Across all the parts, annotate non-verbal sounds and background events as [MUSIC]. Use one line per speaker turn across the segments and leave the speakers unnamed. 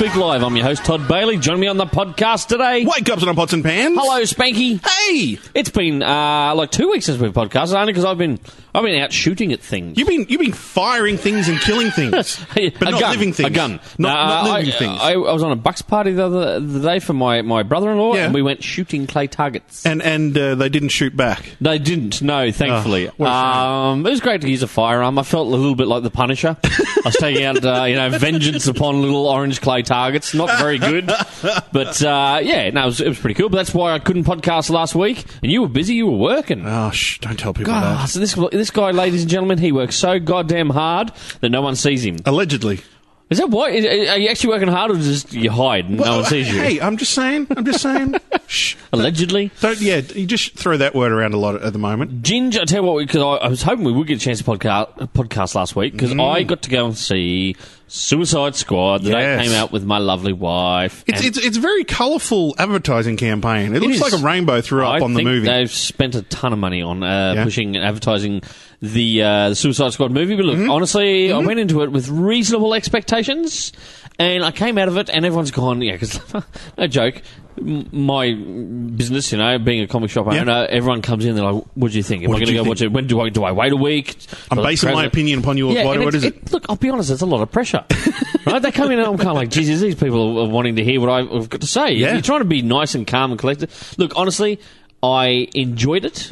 Luke Live. I'm your host, Todd Bailey. Join me on the podcast today.
Wake up, on pots and pans.
Hello, Spanky.
Hey,
It's been uh, like two weeks since we've podcasted, only because I've been I've been out shooting at things.
you've been you've been firing things and
[LAUGHS]
killing things, but
a
not
gun,
living things.
A gun.
Not,
No,
not
uh,
living
I,
things.
I, I was on a bucks party the other the day for my, my brother-in-law,
Yeah.
and we went shooting clay targets.
and and uh, they didn't shoot back.
They didn't, no, thankfully.
Oh, what a
um, it was great to use a firearm. I felt a little bit like the Punisher. I was taking out, uh, you know, vengeance upon little orange clay targets. Not very good, but uh, yeah, no, it was, it was pretty cool. But that's why I couldn't podcast last week, and you were busy, you were working.
Oh, shh, don't tell people
God,
that.
so this this guy, ladies and gentlemen, he works so goddamn hard that no one sees him.
Allegedly,
Is that what? Is, are you actually working hard, or just you hide and no one sees you?
Hey, I'm just saying. I'm
[LAUGHS]
just saying. shh.
Allegedly.
Don't. Yeah, you just throw that word around a lot at the moment.
Ginger, I tell you what, because I, I was hoping we would get a chance to podcast, podcast last week because
Mm.
I got to go and see Suicide Squad that I
Yes.
came out with my lovely wife.
It's
and
it's, it's a very colourful advertising campaign. It, looks
is.
like a rainbow threw
I
up on the
think
movie.
They've spent a ton of money on uh,
Yeah.
pushing and advertising the uh, Suicide Squad movie. But look,
Mm-hmm.
honestly, I went into it with reasonable expectations, and I came out of it, and everyone's gone. Yeah, because [LAUGHS] no joke. m- My business, you know, being a comic shop
Yeah.
owner, everyone comes in. They're like, "What do you think? Am I
did
going to
you
go
think?
watch it? When do I do I wait a week?"
I'm
Do I
basing my
press it?
opinion upon yours. Why-
and
what
it's-
is it?
Look, I'll be honest, it's a lot of pressure. right? They come in and I'm kind of like, Jesus, these people are wanting to hear what I've got to say.
Yeah.
You're trying to be nice and calm and collected. Look, honestly, I enjoyed it.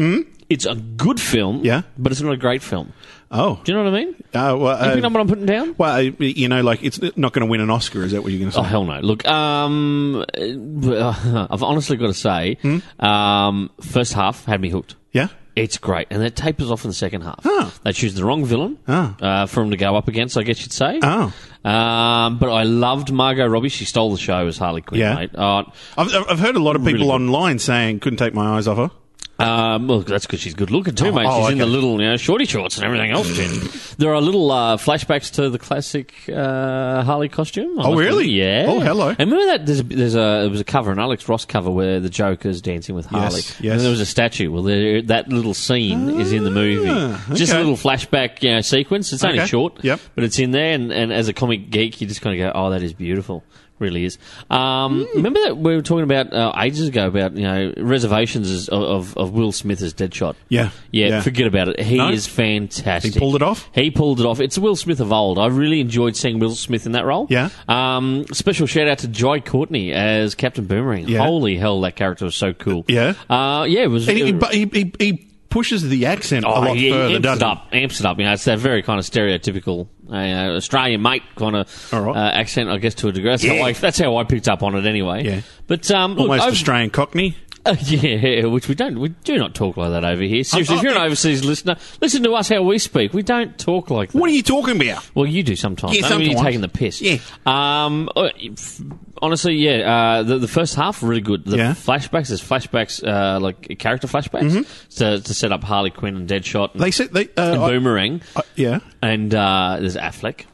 It's a good film,
Hmm? Yeah.
but it's not a great film.
Oh,
Do you know what I mean?
uh, well,
Do you
uh,
pick up what I'm putting down?
well, uh, you know, like it's not going to win an Oscar. Is that what you're going to say?
Oh hell no! Look, um, uh, [LAUGHS] I've honestly got to say,
Hmm?
um, first half had me hooked.
yeah.
It's great, and it tapers off in the second half.
Oh.
They choose the wrong villain
Oh.
uh, for him to go up against, I guess you'd say.
Oh.
Um, but I loved Margot Robbie. She stole the show as Harley Quinn,
Yeah.
mate. Uh,
I've, I've I've heard a lot of people
Really good.
online saying couldn't take my eyes off her.
um, well, that's because she's good looking too, mate.
oh,
She's in the
okay.
little, you know, shorty shorts and everything else.
[LAUGHS]
Jen. there are little uh, flashbacks to the classic uh, Harley costume. I must
really?
admit. Yeah.
Oh, hello.
And remember that there's a, there's a it was a cover, an Alex Ross cover where the Joker's dancing with Harley.
yes.
And there was a statue. Well, there, that little scene is in the movie. Just a
Ah, okay.
little flashback, you know, sequence. It's only
Okay.
short.
Yep.
But it's in there, and, and as a comic geek, you just kind of go, "Oh, that is beautiful." Really is. Um,
Hmm.
Remember that we were talking about uh, ages ago about you know reservations as, of of Will Smith as Deadshot.
Yeah.
yeah.
Yeah.
Forget about it. He
No?
is fantastic.
He pulled it off?
He pulled it off. It's Will Smith of old. I really enjoyed seeing Will Smith in that role.
Yeah.
Um, special shout out to Joy Courtney as Captain Boomerang.
Yeah.
Holy hell, that character was so cool.
Yeah.
Uh, yeah. It was.
And he,
it-
but he, he, he pushes the accent a lot
Oh, yeah,
further,
amps
doesn't
it
he?
up, amps it up. You know, it's that very kind of stereotypical uh, Australian mate kind of
All right.
uh, accent, I guess, to a degree. That's, how I, that's how I picked up on it anyway.
Yeah.
But um, look,
Almost
over-
Australian Cockney.
uh, [LAUGHS] yeah, which we don't. We do not talk like that over here. Seriously,
I-
if you're an
I-
overseas listener, listen to us how we speak. We don't talk like that.
What are you talking about?
Well, you do sometimes.
Yeah,
I mean, you're
sometimes.
taking the piss.
Yeah.
Um, uh, f- honestly, yeah. Uh, the, the first half really good. The
Yeah.
flashbacks, there's flashbacks, uh, like character flashbacks to, to set up Harley Quinn and Deadshot and,
They said they.
and
Uh, Mm-hmm. I-
Boomerang,
I- yeah.
and uh, there's Affleck.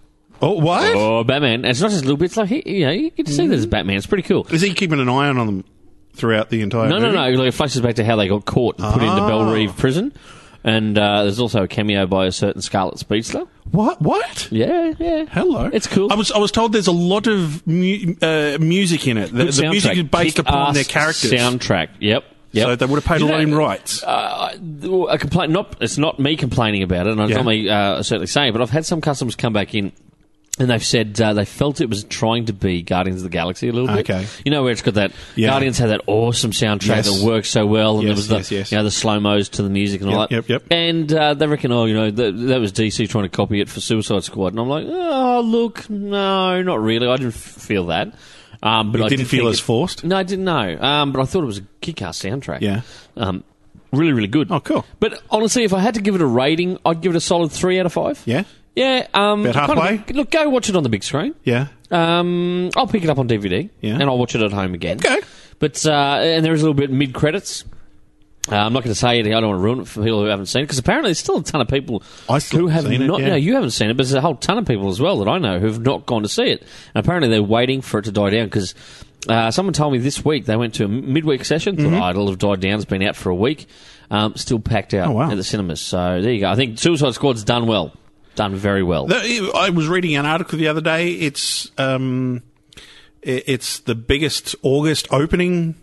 Oh, what?
Oh, Batman! And it's not just little bits. Like he, you know, you get to see
Mm.
there's Batman. It's pretty cool.
Is he keeping an eye on them throughout the entire?
No, no,
movie?
no. Like, it flashes back to how they got caught and put into
Ah.
Belle Reeve prison. And uh, there's also a cameo by a certain Scarlet Speedster.
What? What?
Yeah, yeah.
Hello.
It's cool.
I was I was told there's a lot of mu- uh, music in it. The,
Good
the music
soundtrack.
is based
Kick-ass
upon their characters.
Soundtrack. Yep. Yep.
So they would have paid
You
a lot
know,
in rights.
Uh, I complain. Not it's not me complaining about it, and it's
Yeah.
not me uh, certainly saying. But I've had some customers come back in. And they've said uh, they felt it was trying to be Guardians of the Galaxy a little bit.
Okay.
You know where it's got that
Yeah.
Guardians had that awesome soundtrack
Yes.
that worked so well, and
Yes,
there was the
yes, yes.
you know the slow mos to the music and all
Yep,
that.
yep, yep.
And uh, they reckon, oh, you know, that, that was DC trying to copy it for Suicide Squad, and I'm like, oh, look, no, not really. I didn't f- feel that. Um, but I
Didn't
did
feel
think
as
it-
forced.
no, I didn't know. Um, but I thought it was a kick-ass soundtrack.
Yeah.
Um, really, really good.
Oh, cool.
But honestly, if I had to give it a rating, I'd give it a solid three out of five.
Yeah.
Yeah. Um,
About
kind of-
halfway?
look, go watch it on the big screen.
Yeah.
Um, I'll pick it up on DVD.
Yeah.
And I'll watch it at home again.
Okay.
But uh, and there is a little bit mid credits. Uh, I'm not going to say anything. I don't want to ruin it for people who haven't seen it because apparently there's still a ton of people
I still
who have
haven't seen it,
not.
yeah.
No, you haven't seen it, but there's a whole ton of people as well that I know who've not gone to see it. And apparently they're waiting for it to die down because uh, someone told me this week they went to a midweek session. Thought,
Mm-hmm.
oh, it'll have died down. It's been out for a week. Um, still packed out
Oh, wow.
at the cinemas. So there you go. I think Suicide Squad's done well. Done very well.
The- I was reading an article the other day. It's um, i- it's the biggest August opening.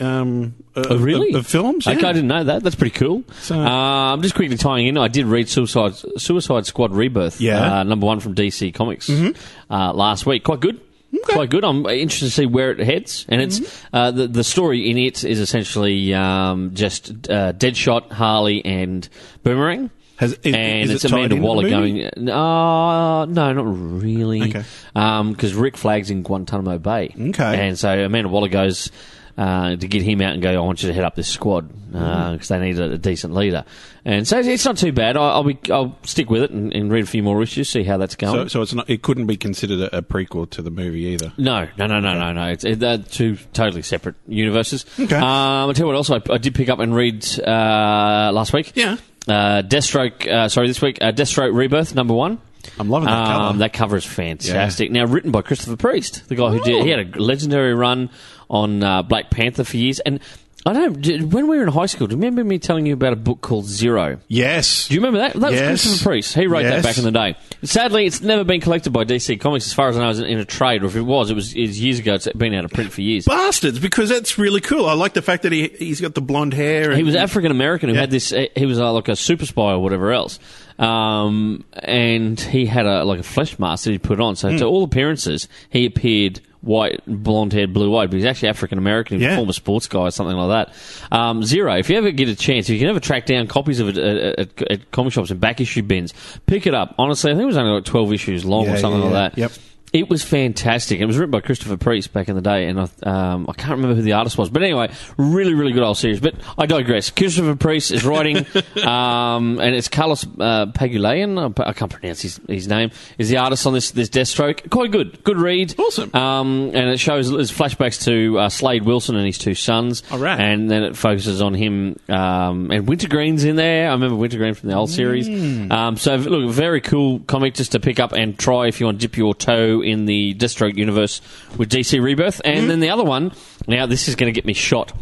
Um, of,
Oh, really?
Of, of films.
Okay,
yeah.
I didn't know that. That's pretty cool.
So-
uh, I'm just quickly tying in. I did read Suicide Suicide Squad Rebirth,
Yeah. Mm-hmm.
uh, number one from DC Comics uh, last week. Quite good. Quite good. I'm interested to see where it heads, and it's
Mm-hmm.
uh, the the story in it is essentially um, just uh, Deadshot, Harley, and Boomerang.
Has- is-
and
is it
it's
tied
Amanda
into the
Waller
movie?
going. Uh, no, not really.
Okay.
Because Rick Flag's in Guantanamo Bay.
Okay.
And so Amanda Waller goes uh, to get him out and go, I want you to head up this squad
Mm-hmm.
because they need a, a decent leader. And so it's- it's not too bad. I, I'll, be, I'll stick with it and, and read a few more issues, see how that's
So,
going.
so it's not. It couldn't be considered a, a prequel to the movie either.
no, no, no, no, no, no. It's, it, they're two totally separate universes.
Okay.
Um, I'll tell you what else I, I did pick up and read uh, last week.
Yeah.
Uh, Deathstroke, uh, sorry, this week, uh, Deathstroke Rebirth, number one.
I'm loving that
Um,
cover.
that cover is fantastic. Now, written by Christopher Priest, the guy who did, he had a legendary run on uh, Black Panther for years. And I don't, did, when we were in high school, do you remember me telling you about a book called Zero?
yes.
Do you remember that? That was
Yes.
Christopher Priest. He wrote that
Yes.
back in the day. Sadly, it's never been collected by DC Comics, as far as I know, as in, in a trade. Or if it was, it was it's years ago. It's been out of print for years.
Bastards, because that's really cool. I like the fact that he he's got the blonde hair. And
he was African American who had this. He was uh, like a super spy or whatever else, um, and he had a like a flesh mask that he put on. So
Hmm.
to all appearances, he appeared white, blonde haired, blue eyed, but he's actually African American. He's a
Yeah.
former sports guy or something like that. Um, Zero. If you ever get a chance, if you can ever track down copies of it at, at, at comic shops and back issue bins, pick it up. Honestly, I think it was only like twelve issues long
Yeah,
or something
yeah, yeah.
like that.
Yep.
It was fantastic. It was written by Christopher Priest back in the day, and I, um, I can't remember who the artist was. But anyway, really, really good old series. But I digress. Christopher Priest is writing, um, and it's Carlos uh, Pagulayan. I can't pronounce his, his name. Is the artist on this this Deathstroke? Quite good. Good read.
Awesome.
Um, and it shows there's flashbacks to uh, Slade Wilson and his two sons.
All right.
And then it focuses on him. Um, and Wintergreen's in there. I remember Wintergreen from the
Mm.
old series. Um, so, v- look, very cool comic just to pick up and try if you want to dip your toe in the Deathstroke universe with DC Rebirth. And
Mm-hmm.
then the other one, now this is going to get me
[LAUGHS]
shot.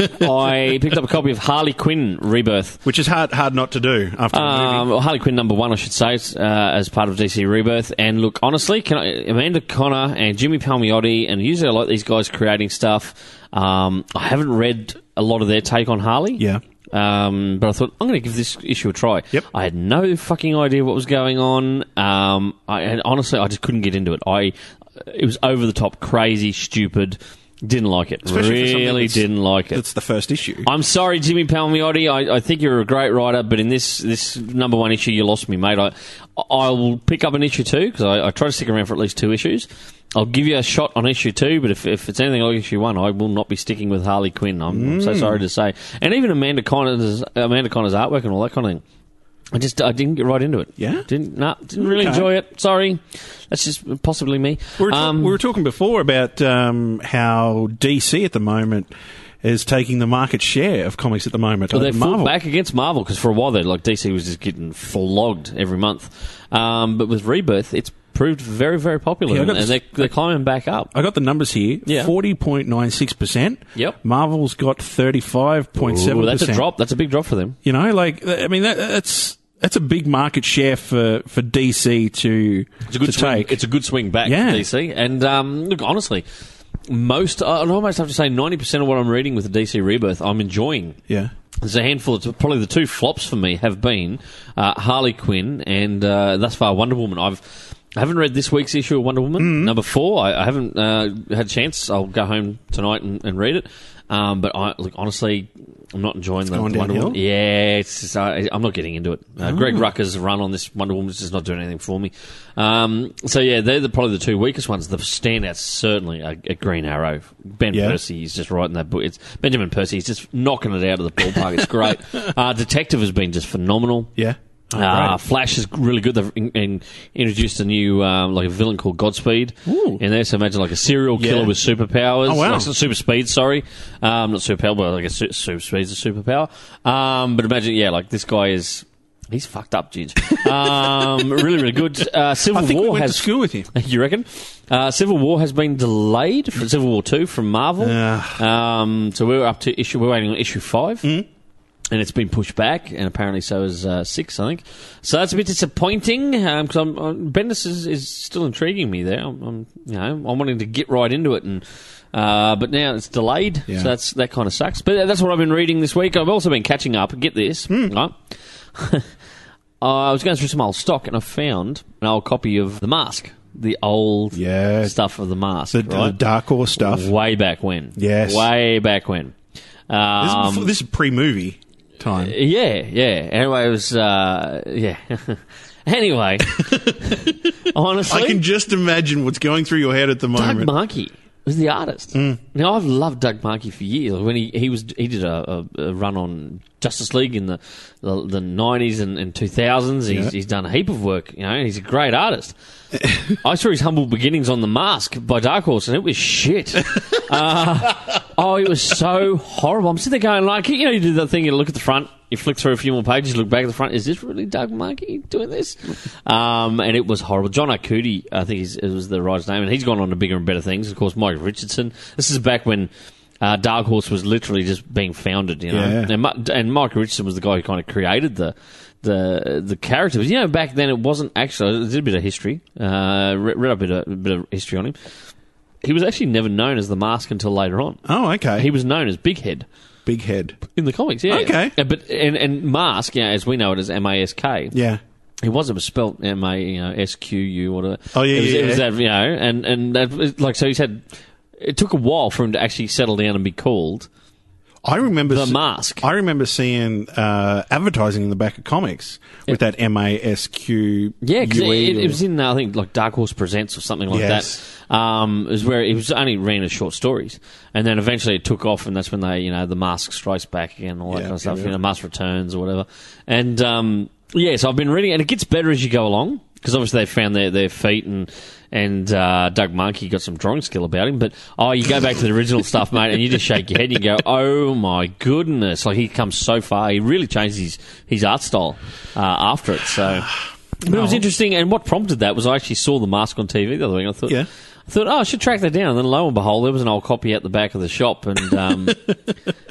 I picked up a copy of Harley Quinn Rebirth.
which is hard hard not to do after the movie.
Um, well, Harley Quinn number one, I should say, uh, as part of DC Rebirth. And look, honestly, can I, Amanda Connor and Jimmy Palmiotti, and usually I like these guys creating stuff. Um, I haven't read a lot of their take on Harley.
Yeah.
Um, but I thought I'm going to give this issue a try.
Yep.
I had no fucking idea what was going on. Um, I, and honestly, I just couldn't get into it. I it was over the top, crazy, stupid. Didn't like it.
Especially for something
really
that's-
didn't like it.
That's the first issue.
I'm sorry, Jimmy Palmiotti. I, I think you're a great writer, but in this this number one issue, you lost me, mate. I I will pick up an issue two because I, I try to stick around for at least two issues. I'll give you a shot on issue two, but if, if it's anything like issue one, I will not be sticking with Harley Quinn. I'm, I'm
Mm.
so sorry to say, and even Amanda Connor's Amanda Connor's artwork and all that kind of thing. I just I didn't get right into it.
Yeah?
didn't nah, didn't really
Okay.
enjoy it. Sorry, that's just possibly me.
We were, ta-
Um,
we were talking before about um, how DC at the moment is taking the market share of comics at the moment.
Well,
over
they fought
Marvel.
back against Marvel because for a while there, like DC was just getting flogged every month. Um, but with Rebirth, it's proved very, very popular,
Yeah, I
and,
got
and
this-
they're, they're climbing back up.
I got the numbers here.
Yeah.
Forty point nine six percent.
Yep.
Marvel's got thirty five point seven
Ooh,
percent.
that's a drop. That's a big drop for them.
You know, like th- I mean, that, that's that's a big market share for, for DC to
It's a good
to
swing.
take.
It's a good swing back
Yeah.
for DC. And um, look, honestly, most I'd almost have to say ninety percent of what I'm reading with the DC Rebirth, I'm enjoying.
yeah.
There's a handful. It's probably the two flops for me have been uh, Harley Quinn and uh, thus far Wonder Woman. I've I haven't read this week's issue of Wonder Woman
Mm-hmm.
number four. I, I haven't uh, had a chance. I'll go home tonight and, and read it. Um, but I, look, honestly, I'm not enjoying the,
going
the Wonder
downhill? Oh.
Woman. Yeah, it's just, I, I'm not getting into it. Uh, Greg Rucker's run on this Wonder Woman is just not doing anything for me. Um, so yeah, they're the, probably the two weakest ones. The standouts certainly are, are Green Arrow. Ben
Yeah.
Percy is just writing that book. It's Benjamin Percy. He's just knocking it out of the ballpark. It's
[LAUGHS]
great. uh, Detective has been just phenomenal.
Yeah. Oh,
Uh,
great.
Flash is really good. They've in, in, introduced a new um, like a villain called Godspeed
Ooh.
in there. So imagine like a serial
Yeah.
killer with superpowers.
Oh, wow.
Like, super speed, sorry, um, not superpower, but like a su- super speed's a superpower. Um, but imagine, yeah, like this guy is he's fucked up,
[LAUGHS]
dude. um, really, really good. Uh, Civil
I think
War
we went
has
to school with you.
[LAUGHS] you reckon? Uh, Civil War has been delayed for Civil War Two from Marvel.
Yeah. Mm-hmm.
Um, so we're up to issue. We're waiting on issue five. and it's been pushed back, and apparently so is uh, six, I think. So that's a bit disappointing because I'm, I'm, Bendis is, is still intriguing me there. I'm, I'm, you know, I'm wanting to get right into it, and uh, but now it's delayed,
Yeah.
so that's that kind of sucks. But that's what I've been reading this week. I've also been catching up. Get this,
Hmm.
right? I was going through some old stock, and I found an old copy of The Mask, the old
Yeah.
stuff of The Mask,
The, the
right?
Dark Horse stuff.
Way back when,
Yes.
way back when.
This is,
Um,
before- this is pre-movie time.
yeah, yeah. Anyway, it was uh, yeah. [LAUGHS] anyway,
[LAUGHS]
honestly,
I can just imagine what's going through your head at the
Doug
moment.
Markey was the artist.
Hmm.
Now I've loved Doug Markey for years. When he, he was he did a, a, a run on Justice League in the the, the 90s and, and 2000s. He's,
Yeah.
he's done a heap of work. You know, and he's a great
[LAUGHS]
artist. I saw his humble beginnings on The Mask by Dark Horse, and it was shit.
[LAUGHS]
Uh, oh, it was so horrible. I'm sitting there going like, you know, you do that thing. You look at the front. You flick through a few more pages, look back at the front. Is this really Doug Markey doing this? Um, and it was horrible. John Arcudi, I think he's, it was the writer's name, and he's gone on to bigger and better things. Of course, Mike Richardson. This is back when uh, Dark Horse was literally just being founded, you know.
Yeah.
And, Ma- and Mike Richardson was the guy who kind of created the the the character. You know, back then it wasn't actually. I did a bit of history. Uh, re- read a bit of, a bit of history on him. He was actually never known as the Mask until later on.
Oh, okay.
He was known as Big Head
Big head.
in the comics. Yeah,
Okay.
Uh, But and, and Mask, you know, as we know it as M A S K.
Yeah.
It wasn't spelt M A you know S Q U whatever.
Oh, yeah,
it was,
yeah,
It was
yeah.
that you know, and and that, was- like so he's had. It took a while for him to actually settle down and be called
I remember
the
s-
Mask.
I remember seeing uh, advertising in the back of comics with that M A S Q. E.
Yeah, because it, it, was in uh, I think like Dark Horse Presents or something like
Yes.
that. Um, it was where it was only ran as short stories, and then eventually it took off, and that's when they you know the Mask strikes back again, and all that
Yeah,
kind of stuff.
yeah.
You know, Mask returns or whatever, and um, yeah, so I've been reading, it, and it gets better as you go along because obviously they found their, their feet and. And uh, Doug Monkey got some drawing skill about him, but oh, you go back to the original stuff, mate, and you just shake your head and you go, "Oh my goodness!" Like he comes so far, he really changed his his art style uh, after it. So but it was interesting, and what prompted that was I actually saw the mask on TV the other week. and I thought,
Yeah.
I thought, oh, I should track that down. And then lo and behold, there was an old copy at the back of the shop, and
[LAUGHS]
um,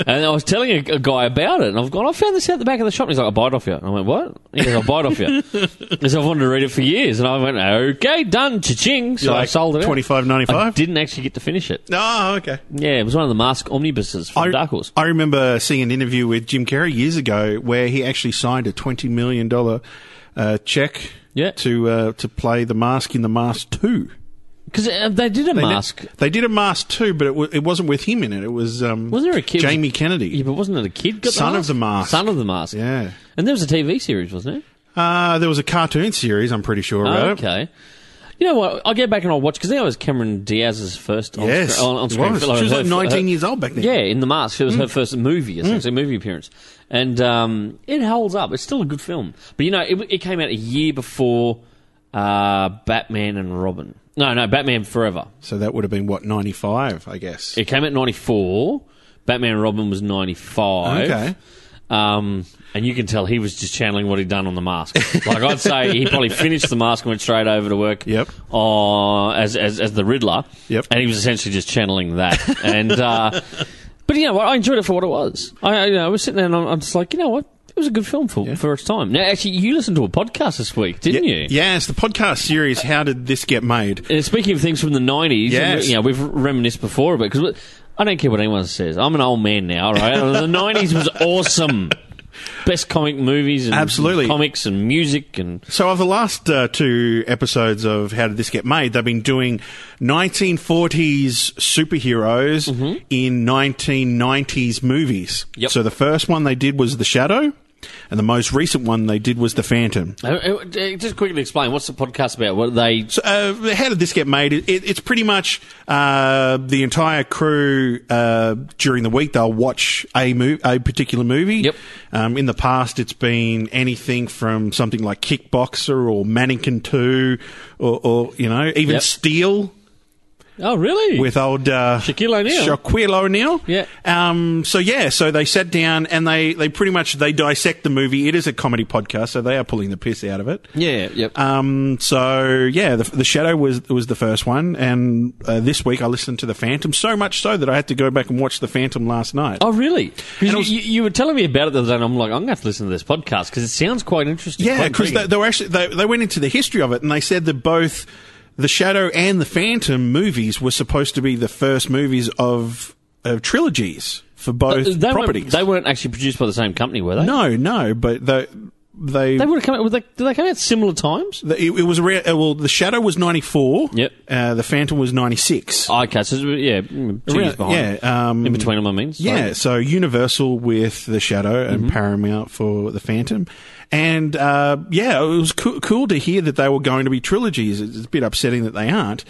and I was telling a, a guy about it, and I've gone, I found this out the back of the shop. And he's like, I buy it off you. And I went, what? He goes, I buy it off
[LAUGHS]
you. Because I've wanted to read it for years, and I went, okay, done, cha-ching. So I sold it. out.
twenty five ninety
I
five.
didn't actually get to finish it.
Oh, okay.
Yeah, it was one of the mask omnibuses from Dark Horse.
I remember seeing an interview with Jim Carrey years ago where he actually signed a twenty million dollar uh, check
Yeah.
to uh, to play the Mask in the Mask Two.
Because uh, they did a
They ne-
mask.
They did a Mask Two, but it, w- it wasn't with him in it. It was um,
Wasn't there a kid-
Jamie Kennedy.
Yeah, but wasn't it a kid? Got
Son
the
of
mask?
the Mask.
Son of the mask.
Yeah.
And there was a TV series, wasn't it?
Uh, there was a cartoon series, I'm pretty sure, about it.
Okay. You know what? I'll go back and I'll watch because that was Cameron Diaz's first on,
Yes.
scre- on, on
it
screen.
was.
film.
She was
Her-
like 19
her-
years Mm. old back then.
uh, Yeah, in the mask. It was her first movie, essentially, movie appearance, and um, it holds up. It's still a good film, but you know, it, it came out a year before uh, Batman and Robin. No, no, Batman Forever.
So that would have been, what, 95, I guess.
It came out in ninety four. Batman and Robin was ninety five.
Okay.
Um, and you can tell he was just channeling what he'd done on the mask. Like I'd say, he probably finished the mask and went straight over to work.
Yep.
Uh, as, as as the Riddler.
Yep.
And he was essentially just channeling that. And uh, but you know what? I enjoyed it for what it was. I- I you know I was sitting there and I'm, I'm just like, you know what? It was a good film for for its time. Now, actually, you listened to a podcast this week, didn't you?
Yes, the podcast series, How Did This Get Made?
And speaking of things from the nineties,
Yes.
you know, we've reminisced before about because I don't care what anyone says. I'm an old man now, right? [LAUGHS] the nineties was awesome. Best comic movies and
Absolutely.
comics and music and
So, of the last uh, two episodes of How Did This Get Made, they've been doing 1940s superheroes in 1990s movies.
Mm-hmm. Yep.
So, the first one they did was The Shadow, and the most recent one they did was The Phantom.
Uh, uh, uh, just quickly explain what's the podcast about? What are they
So, uh, how did this get made? It, it, it's pretty much uh, the entire crew uh, during the week. They'll watch a mo- a particular movie.
Yep.
Um, in the past, it's been anything from something like Kickboxer or Mannequin Two, or, or you know even
Yep.
Steel.
Oh, really?
with old uh,
Shaquille O'Neal.
Shaquille O'Neal.
Yeah.
Um, so yeah, so they sat down and they they pretty much they dissect the movie. It is a comedy podcast, so they are pulling the piss out of it.
yeah, yep.
Um, so yeah, the, the Shadow was was the first one, and uh, this week I listened to the Phantom so much so that I had to go back and watch the Phantom last night.
oh, really? 'Cause
was-
you, you were telling me about it the other day, and I'm like, I'm going to have to listen to this podcast because it sounds quite interesting.
Yeah,
quite
because they,
intriguing.
they were actually they, they went into the history of it, and they said that both the Shadow and the Phantom movies were supposed to be the first movies of, of trilogies for both
uh, they
properties.
Weren't, they weren't actually produced by the same company, were they?
no, no, but they they.
They would have come out. Were they, did they come out similar times?
the- it, it was around, uh, well. The Shadow was ninety four.
Yep. Oh,
Uh, the Phantom was ninety six.
Okay, so it's- yeah, mm, two years behind.
yeah. Um,
In between them, I mean. So-
Yeah, so Universal with The Shadow and Paramount for The Phantom. And uh, yeah, it was coo- cool to hear that they were going to be trilogies. It's a bit upsetting that they aren't.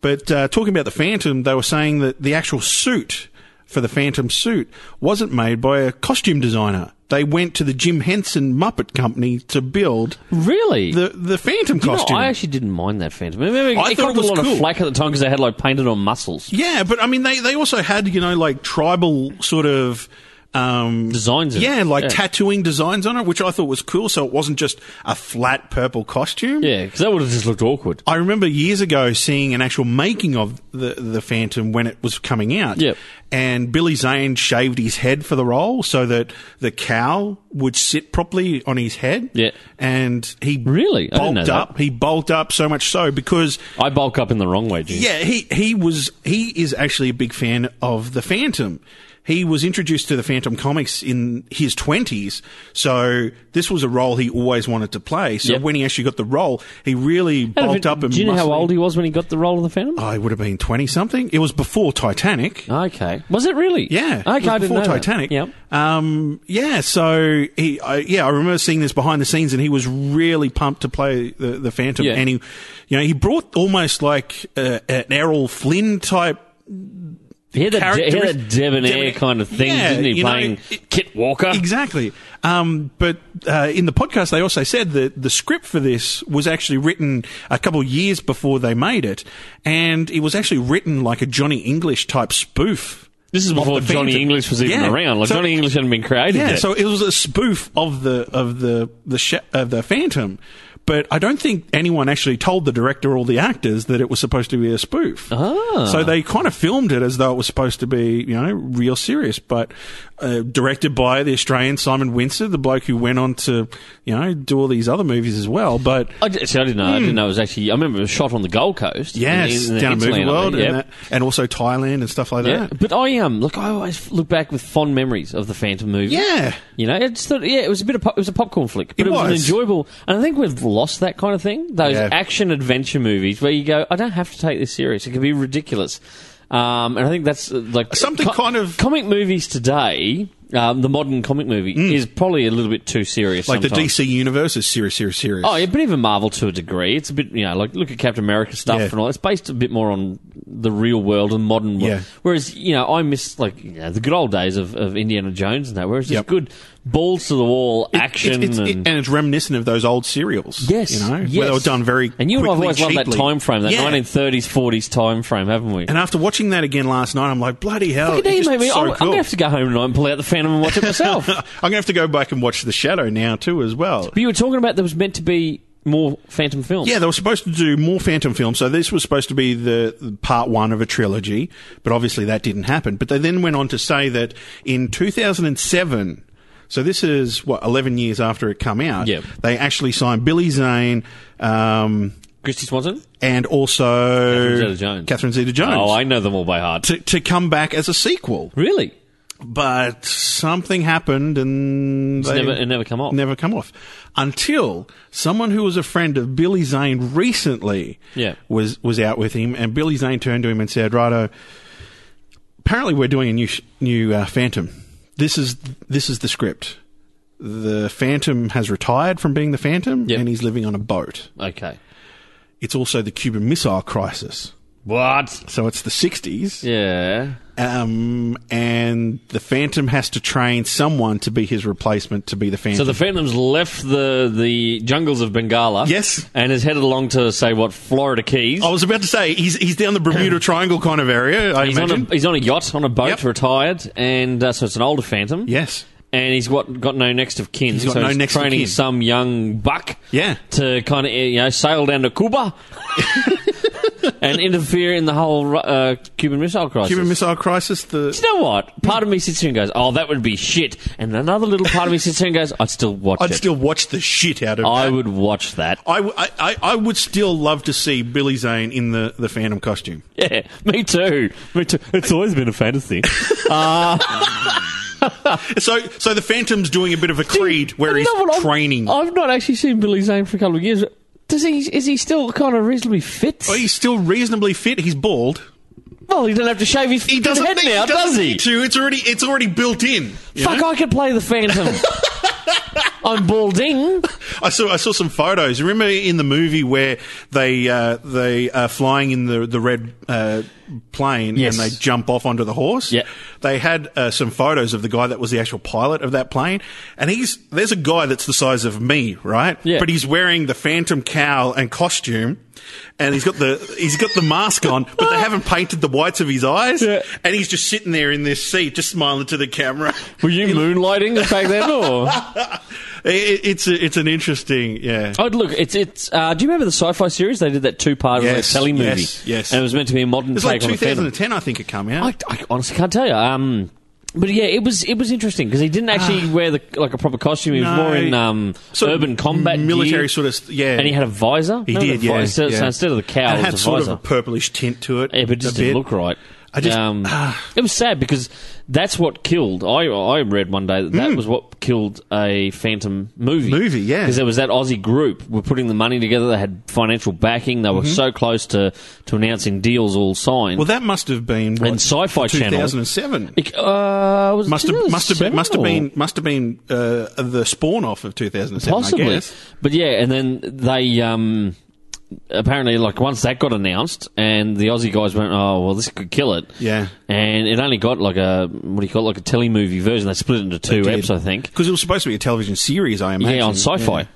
But uh, talking about The Phantom, they were saying that the actual suit for The Phantom suit wasn't made by a costume designer. They went to the Jim Henson Muppet Company to build
Really?
the, the Phantom
No,
costume.
I actually didn't mind that Phantom. I mean, it
I thought
got
it was
a lot
cool.
of flack at the time because they had like painted on muscles
yeah, but I mean, they, they also had, you know, like tribal sort of. Um,
designs. in
Yeah,
it.
like tattooing designs on it, which I thought was cool. So it wasn't just a flat purple costume.
yeah, because that would have just looked awkward.
I remember years ago seeing an actual making of the the Phantom when it was coming out.
Yep.
And Billy Zane shaved his head for the role so that the cowl would sit properly on his head.
Yeah.
And he
Really? I didn't know
bulked
that.
up. He bulked up so much so because
I bulk up in the wrong way, Jim.
yeah, he, he was he is actually a big fan of the Phantom. He was introduced to the Phantom comics in his twenties, so this was a role he always wanted to play. So
Yep.
when he actually got the role, he really bulked up and.
Do you know how
muscly-
old he was when he got the role of the Phantom?
I would have been twenty something. It was before Titanic.
okay, was it really?
Oh.
okay,
Yeah, it was
I didn't
before
know that.
Titanic.
Yep.
Um, yeah, so he, I, yeah, I remember seeing this behind the scenes, and he was really pumped to play the, the Phantom,
Yeah.
and he, you know, he brought almost like uh, an Errol Flynn type
He had that, de- he had
characteristic-
that debonair
debonair-
kind of thing,
Yeah,
didn't he?
you know,
Playing
it-
Kit Walker.
Exactly. Um, but uh, in the podcast, they also said that the script for this was actually written a couple of years before they made it, and it was actually written like a Johnny English type spoof.
This is
of
before
the
Johnny
Phantom.
English was even
Yeah.
around. Like
So-
Johnny English hadn't been created
Yeah,
yet.
so it was a spoof of the of the the sh- of the Phantom, but I don't think anyone actually told the director or the actors that it was supposed to be a spoof.
Ah.
So they kind of filmed it as though it was supposed to be you know real serious, but uh, directed by the Australian Simon Windsor, the bloke who went on to you know do all these other movies as well. But
I, d- see, I didn't know. I didn't know it was actually. I remember it was shot on the Gold Coast. in-
Hmm. yes,
in the
down in movie
hinterland up
world
there, yeah.
and, that, and also Thailand and stuff like
Yeah,
that.
but I um look. I always look back with fond memories of the Phantom movie.
Yeah.
you know, it's the, yeah. It was a bit of pop, it was a popcorn flick, but it,
It
was. an
was.
enjoyable. And I think we've lost that kind of thing. Those
Yeah.
action adventure movies where you go, I don't have to take this serious. It can be ridiculous. Um, and I think that's uh, like
Something kind of-
comic movies today. Um, the modern comic movie is probably a little bit too serious.
Hmm. Like
sometimes.
the DC universe is serious, serious, serious.
Oh, yeah, but even Marvel to a degree. It's a bit, you know, like look at Captain America stuff
Yeah.
and all. It's based a bit more on the real world and modern world.
Yeah.
Whereas, you know, I miss like you know, the good old days of, of Indiana Jones and that. Whereas
Yep.
it's good balls to the wall action
it's, it's,
and.
it- and it's reminiscent of those old serials.
Yes,
you know,
yes.
where they were done very
and you and
quickly,
I've always loved that
cheaply.
time frame, that
Yeah.
1930s, 40s time frame, haven't we?
And after watching that again last night, I'm like, bloody hell!
Look at
it's
you,
just
mate,
so
I'm, I'm
cool.
gonna have to go home tonight and pull out the Phantom and watch it
[LAUGHS]
myself. but
I'm gonna have to go back and watch The Shadow now too, as well.
you were talking about there was meant to be more Phantom films.
Yeah, they were supposed to do more Phantom films, so this was supposed to be the the part one of a trilogy, but obviously that didn't happen. But they then went on to say that in 2007, so this is what 11 years after it come out,
Yep.
they actually signed Billy Zane. Um,
Christy Swanson.
and also
Catherine Zeta-Jones.
Catherine Zeta-Jones
Oh, I know them all by heart.
to, to come back as a sequel.
Really?
But something happened and
It's
they
never, it never come off.
never come off until someone who was a friend of Billy Zane recently
Yeah.
was was out with him and Billy Zane turned to him and said, "Righto, apparently we're doing a new sh- new uh, Phantom. This is this is the script." The Phantom has retired from being the Phantom
Yep.
and he's living on a boat.
Okay.
It's also the Cuban Missile Crisis.
What?
So it's the 60s.
Yeah.
Um, and the Phantom has to train someone to be his replacement to be the Phantom.
So the Phantom's left the, the jungles of Bengala.
Yes. Oh,
And is headed along to, say, what, Florida Keys.
I was about to say he's he's down
[LAUGHS]
the Bermuda Triangle kind of area. I
he's, on
imagine.
a, he's on a yacht, on a boat,
Yep.
retired. And uh, so it's an older Phantom.
yes.
And he's got, got no next of kin.
He's got
so
no
he's
next of
training
kin.
some young buck.
Yeah.
to kind of you know sail down to
[LAUGHS]
Cuba and interfere in the whole uh, Cuban Missile Crisis.
Cuban Missile Crisis.
Do
The
you know what? Part of me sits here and goes, "Oh, that would be shit," and another little part of me sits here and goes, "I'd still watch
I'd
it.
still watch the shit out of.
I
that.
would watch that."
I, w- I- I- I would still love to see Billy Zane in the, the Phantom costume.
[LAUGHS] Yeah, me too. Me too. It's always been a fantasy.
So so the Phantom's doing a bit of a [LAUGHS] creed where he's training.
I've, not actually seen Billy Zane for a couple of years. Does he? Is he still kind of reasonably fit?
But he's still reasonably fit. He's bald.
well, he doesn't have to shave his
He doesn't
head
need,
now,
he doesn't
does he?
need to. It's already it's already built in. you
Fuck!
know?
I could play the
[LAUGHS]
Phantom. I'm balding.
I saw I saw some photos. Remember in the movie where they uh, they are flying in the the red uh, plane
Yes.
and they jump off onto the horse.
Yeah.
they had uh, some photos of the guy that was the actual pilot of that plane, and he's there's a guy that's the size of me, right?
Yeah.
but he's wearing the phantom cowl and costume. And he's got the he's got the mask on, but they haven't painted the whites of his eyes,
Yeah.
and he's just sitting there in this seat, just smiling to the camera. [LAUGHS]
Were you moonlighting back then, [LAUGHS] or?
It- it's a, it's an interesting, yeah.
Oh, look, it's it's. Uh, do you remember the sci-fi series? They did that two-part of
Yes,
a telly movie.
yes, yes.
And it was meant to be a modern
It's like
take on the Phantom.
2010, I think it came out.
I, I honestly can't tell you. Um, but yeah, it was it was interesting because he didn't actually wear the like a proper costume. He was
Ah. No.
more in um,
Sort of
urban combat
military
gear,
sort of yeah.
Oh, and he had a visor.
he
Remember
did
the
yeah,
visor?
yeah.
So instead of the cowl,
And
it
had
was a
sort
visor.
of a purplish tint to it.
Yeah, but it just
a bit.
didn't look right.
I just- ah.
um, it was sad because that's what killed. I I read one day that that was what killed a Phantom movie.
Hmm. Movie, yeah.
because there was that Aussie group were putting the money together. They had financial backing. They were so close to to announcing deals all signed.
Mm-hmm. Well, that must have been what,
And Sci-Fi Channel.
2007.
It- uh, was it
Must have, must have
2007
been must have
or-
been must have been uh, the spawn off of 2007. I
possibly.
guess.
But yeah, and then they um, apparently like once that got announced, and the Aussie guys went, "Oh well, this could kill it."
Yeah.
and it only got like a what do you call it, like a telemovie version. They split it into two
did.
eps, I think.
Because it was supposed to be a television series, I imagine.
Yeah, on sci-fi.
Yeah.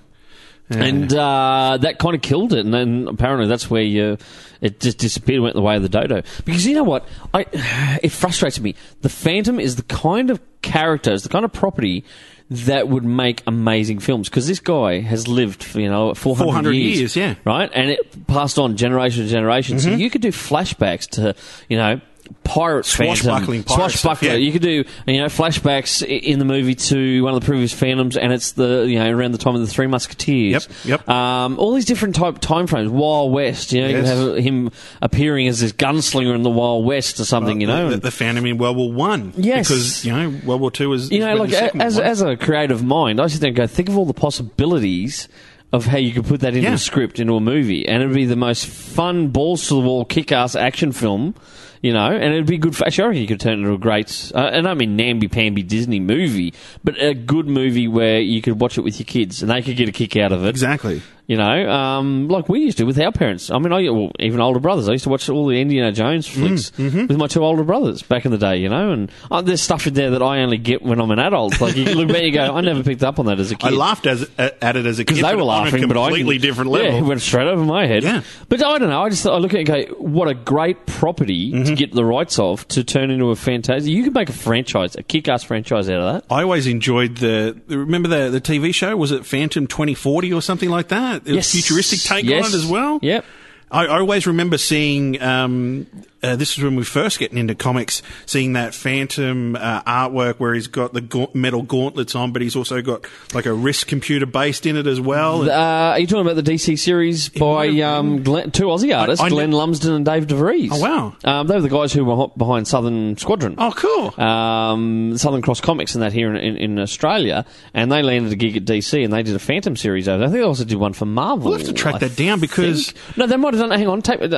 And uh, that kind of killed it, and then apparently that's where you, it just disappeared, went the way of the dodo. Because you know what, I [SIGHS] it frustrates me. The Phantom is the kind of character, is the kind of property that would make amazing films. Because this guy has lived, for, you know, four hundred
400
years,
years, yeah. Mm-hmm.
right, and it passed on generation to generation. So you could do flashbacks to, you know. Pirate
Swashbuckling
Phantom,
pirate stuff,
swashbuckler.
yeah.
You could do you know flashbacks i- in the movie to one of the previous Phantoms, and it's the you know around the time of the Three Musketeers.
Yep, yep.
Um, all these different type time frames. Wild West. You know,
Yes.
you could have him appearing as this gunslinger in the Wild West or something. you know,
Uh, the,
and-
the Phantom in World War One.
Yes.
because you know World War Two was
you know, like
was when the second
a- as
one
as
was.
a creative mind, I sit there and go, think of all the possibilities. Of how you could put that into
Yeah.
a script, into a movie, and it'd be the most fun, balls to the wall, kick ass action film, you know, and it'd be good for. Actually, I reckon you could turn it into a great, uh, and I mean namby pamby Disney movie, but a good movie where you could watch it with your kids and they could get a kick out of it.
exactly.
You know, um, like we used to with our parents. I mean, I well, even older brothers. I used to watch all the Indiana Jones flicks
Mm, mm-hmm.
with my two older brothers back in the day. You know, and uh, there's stuff in there that I only get when I'm an adult. Like you look back, you go, I never picked up on that as a kid.
I laughed as, at at it as a kid.
because they were
but on a
laughing, but I
completely
didn't-
different
Yeah,
level.
it went straight over my head.
Yeah.
but I don't know. I just I look at it and go, what a great property
Mm-hmm.
to get the rights of to turn into a fantastic. You could make a franchise, a kick-ass franchise out of that.
I always enjoyed the. Remember the the TV show? Was it Phantom twenty forty or something like that? It was
Yes.
futuristic take
Yes.
on it as well.
Yep.
I, I always remember seeing. Um, uh, this is when we first getting into comics, seeing that Phantom uh, artwork where he's got the gaunt- metal gauntlets on, but he's also got like a wrist computer based in it as well.
Uh, are you talking about the DC series by um, Glenn, two Aussie artists,
I kn-
Glenn Lumsden and Dave DeVries?
Oh, wow.
Um, they were the guys who were hot behind Southern Squadron.
oh, cool!
Um, Southern Cross Comics and that here in, in, in Australia, and they landed a gig at DC and they did a Phantom series over. there. I think they also did one for Marvel.
We'll have to track
I
that down because-
think. no, they might have done. Hang on, tape, uh,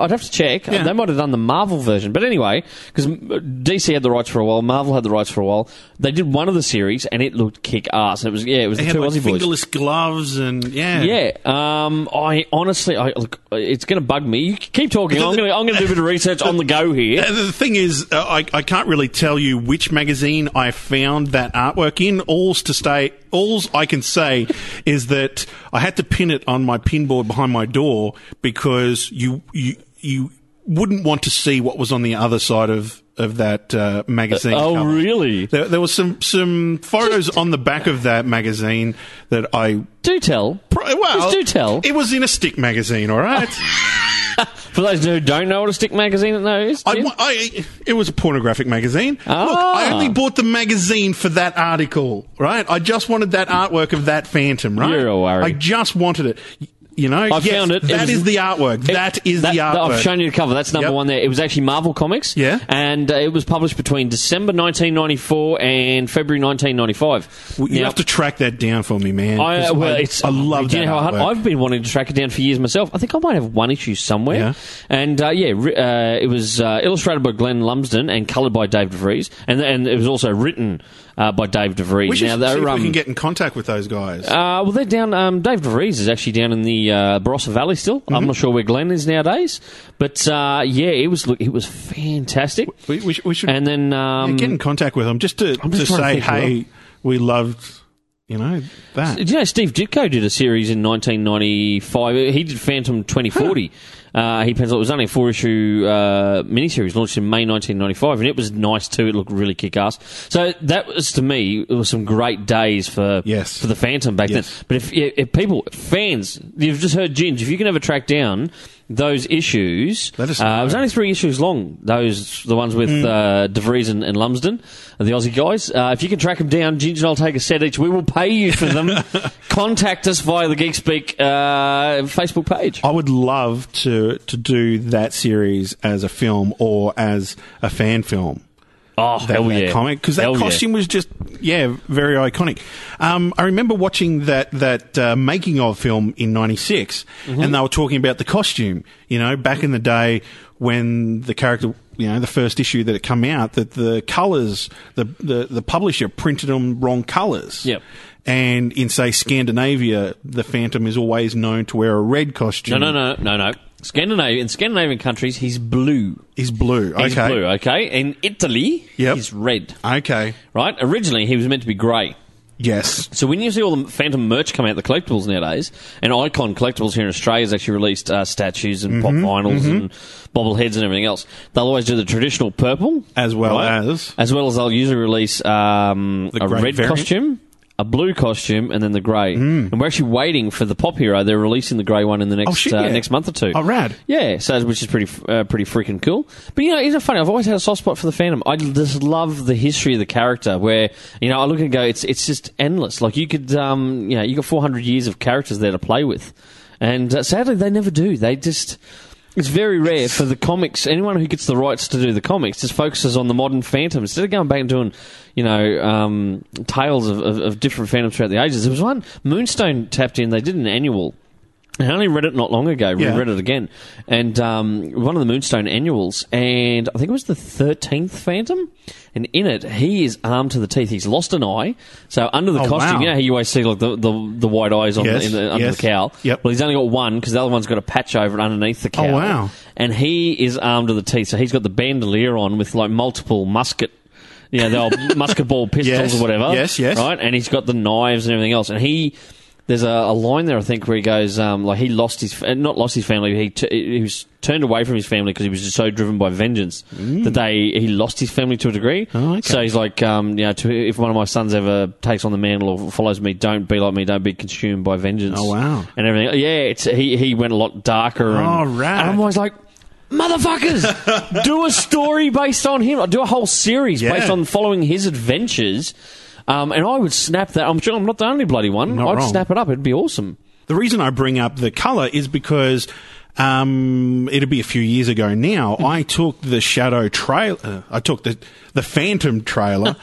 I'd have to check.
Yeah.
They might have done the Marvel version, but anyway, because DC had the rights for a while, Marvel had the rights for a while. They did one of the series, and it looked kick ass. It was yeah, it was
They
the
had
two
like
Aussie boys.
fingerless gloves and yeah,
Yeah, um, I honestly, I, look, it's going to bug me. You keep talking. I'm going to, I'm going to do a bit of research on the go here.
[LAUGHS] Uh, The thing is, uh, I, I can't really tell you which magazine I found that artwork in. All's to stay. All's I can say [LAUGHS] is that I had to pin it on my pin board behind my door because you you you wouldn't want to see what was on the other side of of that uh, magazine.
Oh,
cover.
really?
There, there was some some photos on the back of that magazine that I.
Do tell.
pro- Well,
do tell.
It was in a stick magazine, all right.
[LAUGHS] For those who don't know what a stick magazine that is,
I,
Jim?
wa- I, it was a pornographic magazine. Look,
Ah.
I only bought the magazine for that article, right? I just wanted that artwork of that phantom, right?
You're a worry.
I just wanted it. Y- You know,
I
yes,
found it. It
That
was-
is the artwork.
It-
that is the
that-
artwork.
I've shown you the cover. That's number
Yep.
one there. It was actually Marvel Comics.
Yeah.
And uh, it was published between December 1994 and February 1995.
Well, you
Now,
have to track that down for me, man.
I,
'cause
uh, well, it's,
I love
do
that
you know how hard-
artwork.
I've been wanting to track it down for years myself. I think I might have one issue somewhere.
Yeah.
And uh, yeah, ri- uh, it was uh, illustrated by Glenn Lumsden and coloured by Dave DeVries. And, and it was also written uh, by Dave DeVries.
we should
now,
see
they're,
if we
um,
can get in contact with those guys.
uh, well, they're down. Um, Dave DeVries is actually down in the uh, Barossa Valley still.
Mm-hmm.
I'm not sure where Glenn is nowadays, but uh, yeah, it was look, it was fantastic.
we, we, should- we should
And then um,
get in contact with them just to,
just
to
trying
say,
to think who
hey, we loved, you know, that.
Do you know Steve Ditko did a series in 1995? He did Phantom 2040. Uh, he penciled. It was only a four issue uh, miniseries launched in May 1995, and it was nice too. It looked really kick ass. So that was to me, it was some great days for
Yes.
for the Phantom back
Yes.
then. But if, if people fans, you've just heard Ginge. If you can ever track down those issues,
Let us
uh, it was
know.
only three issues long. Those the ones with
Hmm.
uh, DeVries and, and Lumsden, the Aussie guys. Uh, if you can track them down, Ginger and I'll take a set each. We will pay you for
[LAUGHS]
them. Contact us via the Geekspeak uh, Facebook page.
I would love to to do that series as a film or as a fan film.
Oh,
That,
hell
that
yeah.
comic because that
Hell yeah.
costume was just yeah very iconic. Um, I remember watching that that uh, making of film in '96,
Mm-hmm.
and they were talking about the costume. You know, back in the day when the character. You know, the first issue that it come out, that the colours, the, the the publisher printed them wrong colours.
Yep.
And in say Scandinavia, the Phantom is always known to wear a red costume.
No, no, no, no, no. Scandinavia in Scandinavian countries, he's blue.
He's blue.
He's
okay.
blue. Okay, in Italy,
Yep.
he's red.
Okay.
Right. Originally, he was meant to be grey.
Yes.
So when you see all the Phantom merch come out, the collectibles nowadays, and Icon Collectibles here in Australia has actually released uh, statues and
Mm-hmm.
pop vinyls and bobbleheads and everything else. They'll always do the traditional purple
As well as-
as well as they'll usually release um,
The
a
grey
red
variant. Mm.
costume. A blue costume and then the grey, and we're actually waiting for the pop hero. They're releasing the grey one in the next
Oh, shit,
uh,
yeah.
next month or two.
Oh, rad.
Yeah, so which is pretty f- uh, pretty freaking cool. But you know, isn't it funny? I've always had a soft spot for the Phantom. I just love the history of the character. Where you know, I look and go, it's it's just endless. Like you could, um, you know, you got 400 years of characters there to play with, and uh, sadly, they never do. They just. It's very rare for the comics. Anyone who gets the rights to do the comics just focuses on the modern Phantom instead of going back and doing, you know, um, tales of, of, of different Phantoms throughout the ages. There was one Moonstone tapped in. They did an annual I only read it not long ago.
Yeah.
Reread it again, and um, one of the Moonstone annuals, and I think it was the thirteenth Phantom. And in it, he is armed to the teeth. He's lost an eye, so under the
Oh,
costume,
wow.
you know how you always see like the the, the white eyes on
Yes,
the, in the, under
yes.
the cowl.
Yep. Oh,
Well, he's only got one because the other one's got a patch over it underneath the cowl.
wow.
And he is armed to the teeth, so he's got the bandolier on with like multiple musket. Yeah, the old [LAUGHS] musket ball pistols
Yes,
or whatever.
yes, yes.
Right? And he's got the knives and everything else. And he, there's a, a line there, I think, where he goes, um, like he lost his, fa- not lost his family, he, t- he was turned away from his family because he was just so driven by vengeance that they, he lost his family to a degree.
Mm. Oh, okay.
So he's like, um, you know, to, if one of my sons ever takes on the mantle or follows me, don't be like me, don't be consumed by vengeance.
Oh, wow.
And everything. Yeah, it's, he, he went a lot darker. And,
Oh, rad.
and I'm always like,
[LAUGHS]
Motherfuckers, do a story based on him. Do a whole series
Yeah.
based on following his adventures. Um, and I would snap that. I'm sure I'm not the only bloody one.
Not
I'd
wrong.
snap it up. It'd be awesome.
The reason I bring up the color is because um, it'll be a few years ago
[LAUGHS] [LAUGHS]
uh, now. I took the Shadow trailer. I took the the Phantom trailer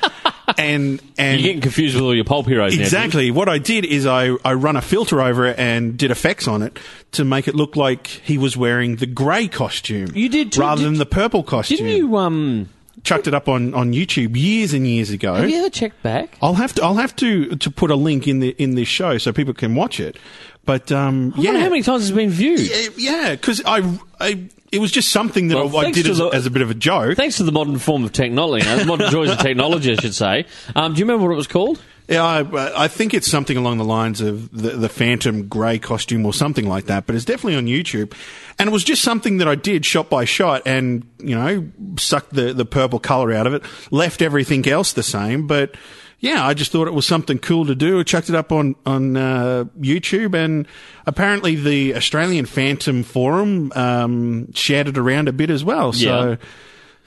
and and
You're getting confused with all your pulp heroes now, dude.
Exactly. What I did is I, I run a filter over it and did effects on it to make it look like he was wearing the grey costume.
You did too,
Rather
did-
than the purple costume.
Didn't you, um,
Chucked it up on, on YouTube years and years ago.
have you ever checked back?
I'll have to I'll have to to put a link in the in this show so people can watch it. But um,
I
yeah,
wonder how many times it's been viewed.
Eh, yeah, because I, I it was just something that
Well,
I, I
thanks
did
to
as,
the-
as a bit of a joke.
Thanks to the modern form of technology, uh, the modern joys of technology, I should say. Um, do you remember what it was called?
Yeah, I, I think it's something along the lines of the, the Phantom Grey costume or something like that, but it's definitely on YouTube. And it was just something that I did shot by shot and, you know, sucked the, the purple colour out of it, left everything else the same, but yeah, I just thought it was something cool to do. I chucked it up on, on uh, YouTube and apparently the Australian Phantom Forum um, shared it around a bit as well. So,
Yeah.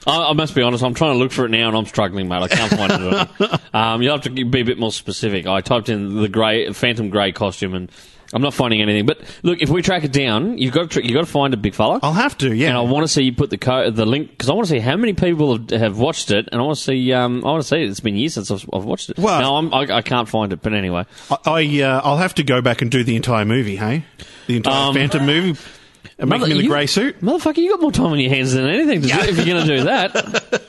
I, I must be honest, I'm trying to look for it now and I'm struggling, mate. I can't find it
[LAUGHS]
at all. Um, you'll have to be a bit more specific. I typed in the grey, Phantom Grey costume and I'm not finding anything. But look, if we track it down, you've got to, tr- you've got to find a big fella.
I'll have to, yeah.
and I want to see you put the co- the link because I want to see how many people have, have watched it, and I want to see um, I want to see it. It's been years since I've, I've watched it.
Well-
no, I'm, I, I can't find it. But anyway,
I, I uh, I'll have to go back and do the entire movie. Hey, the entire
Um,
Phantom movie, and make him in the
you-
grey suit.
motherfucker, you got more time on your hands than anything to do if you're going to do
[LAUGHS]
that.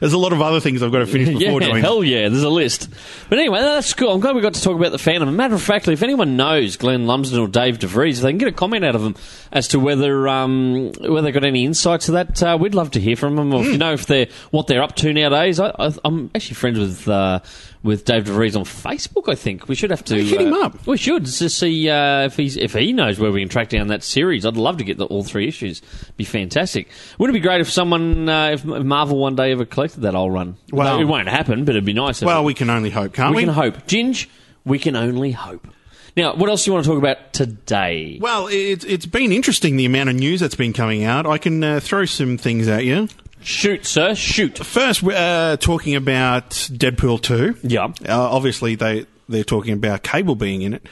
There's a lot of other things I've got to finish
[LAUGHS]
before
yeah,
doing.
hell yeah, there's a list. But anyway, that's cool. I'm glad we got to talk about the Phantom. Matter of fact, if anyone knows Glenn Lumsden or Dave DeVries, if they can get a comment out of them as to whether um, whether they got any insight to that. Uh, we'd love to hear from them, or
Hmm.
if you know if they're what they're up to nowadays. I, I, I'm actually friends with uh, with Dave DeVries on Facebook. I think we should have to
hit him
uh,
up.
We should to see uh, if he's if he knows where we can track down that series. I'd love to get the, all three issues. Be fantastic. Wouldn't it be great if someone uh, if Marvel one day ever collected that old run?
Well-
No, it won't happen, but it'd be nice. if
Well,
it-
we can only hope, can't
we
we?
can hope. Ginge, we can only hope. Now, what else do you want to talk about today?
well, it's it's been interesting the amount of news that's been coming out. I can uh, throw some things at you.
Shoot, sir, shoot.
First, we're uh, talking about Deadpool two.
Yeah.
Uh, obviously, they they're talking about Cable being in it,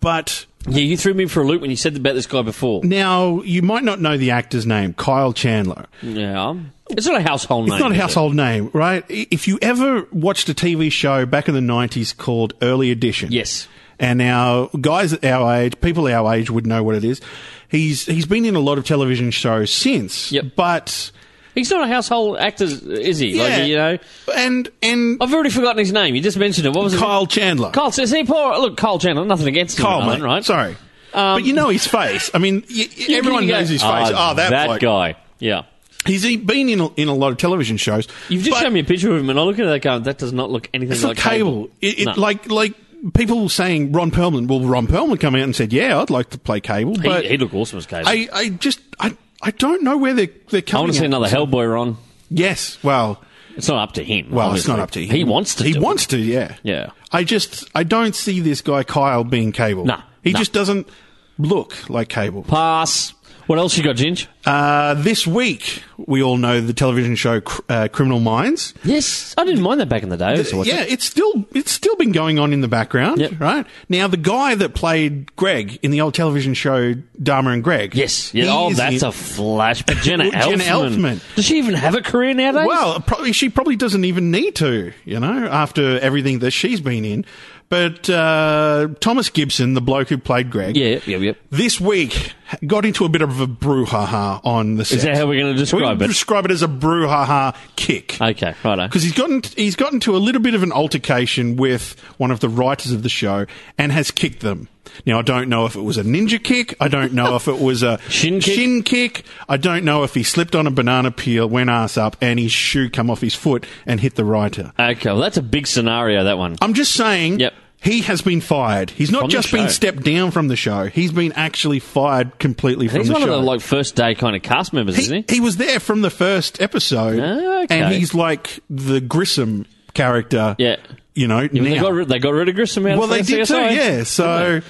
but
Yeah, you threw me for a loop when you said about this guy before.
now you might not know the actor's name, Kyle Chandler.
Yeah. It's not a household name.
It's not a
is it?
household name, right? I- If you ever watched a TV show back in the 90s called Early Edition.
Yes.
And our guys at our age, people our age would know what it is. He's he's been in a lot of television shows since.
Yep.
But
He's not a household actor, is he?
yeah,
Like, you know,
And and
I've already forgotten his name. You just mentioned it. What was
Kyle Chandler.
it? Oh, Kyle. says he poor. Look, Kyle Chandler. Nothing against him,
Kyle,
or nothing,
mate.
right? Um,
Sorry. but you know his face. I mean, y- y-
You-
everyone
you go,
knows his face.
"Ah,
oh, that, bloke."
guy. Yeah.
He's he- been in a, in a lot of television shows.
You've just
but-
shown me a picture of him, and I look at that guy. That does not look anything
It's
like
not cable. It, it,
No.
Like like people saying Ron Perlman. Well, Ron Perlman come out and said, "Yeah, I'd like to play cable," but
he, he looked awesome as cable.
I, I just I I don't know where they're they're
I
coming.
want to see
at.
another Hellboy Ron.
Yes. Well,
It's not up to him.
well,
obviously.
it's not up to him.
He wants to.
He
do
wants to. Yeah.
Yeah.
I just I don't see this guy Kyle being cable.
No,
He
no.
just doesn't look like cable.
it. pass. What else you got, Ginge?
Uh, this week we all know the television show Cr- uh, Criminal Minds.
Yes, I didn't mind that back in the day. I used to watch
yeah,
it.
it's still it's still been going on in the background,
Yep.
right? Now the guy that played Greg in the old television show Dharma and Greg,
Yes. Yeah, oh,
he's
that's
in-
a flash.
[LAUGHS]
But Jenna
Well,
Elfman.
Jenna Elfman.
Does she even have a career nowadays?
well. Probably she probably doesn't even need to, you know, after everything that she's been in. But uh, Thomas Gibson, the bloke who played Greg,
Yeah, yeah, yeah.
this week got into a bit of a brouhaha on the set.
Is that how we're going to
we
describe it?
describe it as a brouhaha kick.
Okay, righto.
because he's gotten he's gotten to a little bit of an altercation with one of the writers of the show and has kicked them. Now I don't know if it was a ninja kick. I don't know if it was a
[LAUGHS] Shin kick?
kick. I don't know if he slipped on a banana peel, went ass up, and his shoe come off his foot and hit the writer.
Okay, well, that's a big scenario, that one.
I'm just saying.
Yep.
He has been fired. He's not
From the
just been
show.
stepped down from the show. He's been actually fired completely from
He's
the
one
show.
of the like first day kind of cast members,
He-
isn't he?
he? was there from the first episode,
Ah, okay.
and he's like the Grissom character.
Yeah.
you know.
They
now.
got, rid, they got rid of Grissom out
well,
for
they did too.
CSI.
Yeah, so
Um,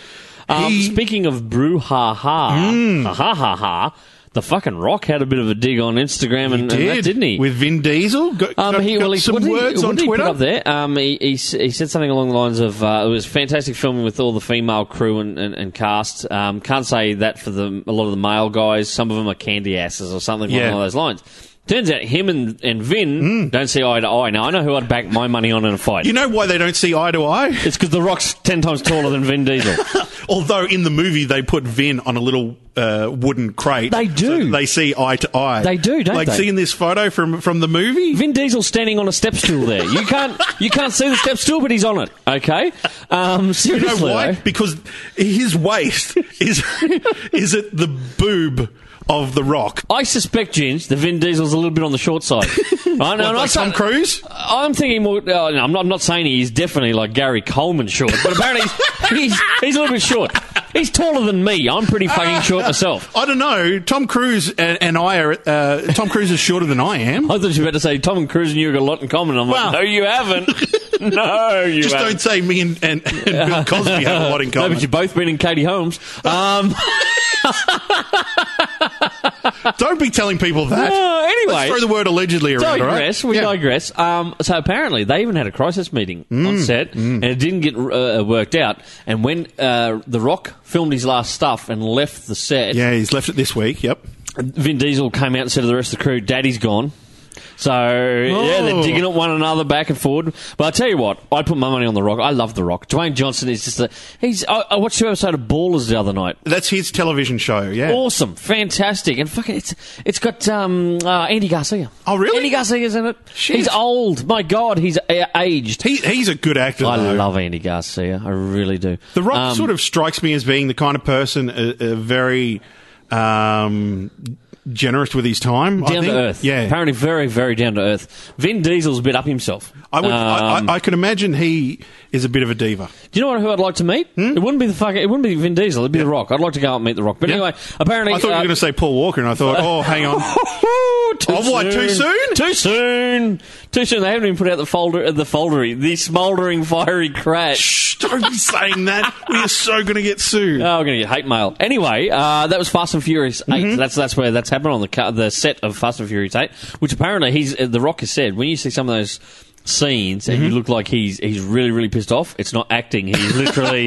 he- Mm.
speaking of brouhaha, ha ha ha ha, the fucking Rock had a bit of a dig on Instagram and, and that, didn't he?
With Vin Diesel, got, got- got
well,
some
what did
words
he, what
on
did
Twitter.
He put up there, um, he, he, s- he said something along the lines of uh, "It was fantastic filming with all the female crew and, and, and cast." Um, can't say that for the a lot of the male guys. Some of them are candy asses or something
Yeah. Mm.
along those lines. Turns out him and, and Vin don't see eye to eye. Now, I know who I'd back my money on in a fight.
You know why they don't see eye to eye? [LAUGHS]
it's because The Rock's 10 times taller than Vin Diesel.
Although in the movie they put Vin on a little uh, wooden crate.
They do.
So they see eye to eye.
They do, don't
like
they?
seeing this photo from from the movie.
Vin Diesel's standing on a step stool there. You can't you can't see the step stool, but he's on it. Okay, um,
You know
seriously.
why?
though.
Because his waist [LAUGHS] is is at the boob of the Rock.
I suspect, Ginge, the Vin Diesel's a little bit on the short
[LAUGHS]
side. I know.
What,
and I
like Tom
sa-
Cruise?
I'm thinking more. Uh, no, I'm not. I'm not saying he's definitely like Gary Coleman short, but apparently he's, [LAUGHS] he's he's a little bit short. He's taller than me. I'm pretty fucking
[LAUGHS]
short myself.
I don't know. Tom Cruise and, and I are. Uh, Tom Cruise is shorter than
[LAUGHS]
I am.
I thought you were about to say Tom Cruise and you got a lot in common. I'm like,
Well-
no, you
[LAUGHS]
haven't. No, you
Just
haven't.
don't say me and, and, and Bill Cosby
[LAUGHS]
have a lot in
No,
common.
but you've both been in Katie Holmes. Um,
Don't be telling people that.
No, Uh, anyway.
Let's throw the word allegedly around. all right?
digress. We
Yeah.
digress. Um, so apparently, they even had a crisis meeting
Mm.
on set, and it didn't get uh, worked out. And when uh, The Rock filmed his last stuff and left the set,
Yeah, he's left it this week. Yep.
Vin Diesel came out and said to the rest of the crew, "Daddy's gone." So yeah,
Oh.
they're digging at one another back and forward. But I tell you what, I put my money on The Rock. I love The Rock. Dwayne Johnson is just a he's. I, I watched two episode of Ballers the other night.
That's his television show. Yeah.
Awesome, fantastic, and fucking it's it's got um, uh, Andy Garcia.
Oh, really?
Andy Garcia's in it.
Shit.
He's old. My God, he's uh, aged.
He, he's a good actor.
I
though.
love Andy Garcia. I really do.
The Rock
Um,
sort of strikes me as being the kind of person a, a very um, generous with his time. I
down
think.
to earth.
Yeah.
apparently very, very down to earth. Vin Diesel's a bit up himself.
I would. I,
Um,
I, I could imagine he is a bit of a diva.
do you know who I'd like to meet? It wouldn't be the fucking. It wouldn't be Vin Diesel. It'd be The Rock. I'd like to go out and meet The Rock. But
Hmm? Yeah.
anyway, apparently
I thought you
uh, [LAUGHS]
were going to say Paul Walker, and I thought, oh, hang on.
too
Oh, what, too soon?
Too soon. Too soon. They haven't even put out the folder. uh, The foldery. The smouldering fiery crash.
[LAUGHS] Shh, don't be saying that. We are so going to get sued.
Oh, we're going to get hate mail. Anyway, uh, that was Fast and Furious 8. That's that's where that's happened on the ca- the set of Fast and Furious 8, which apparently he's uh, The Rock has said when you see some of those scenes and you look like he's he's really really pissed off, it's not acting. He's [LAUGHS] literally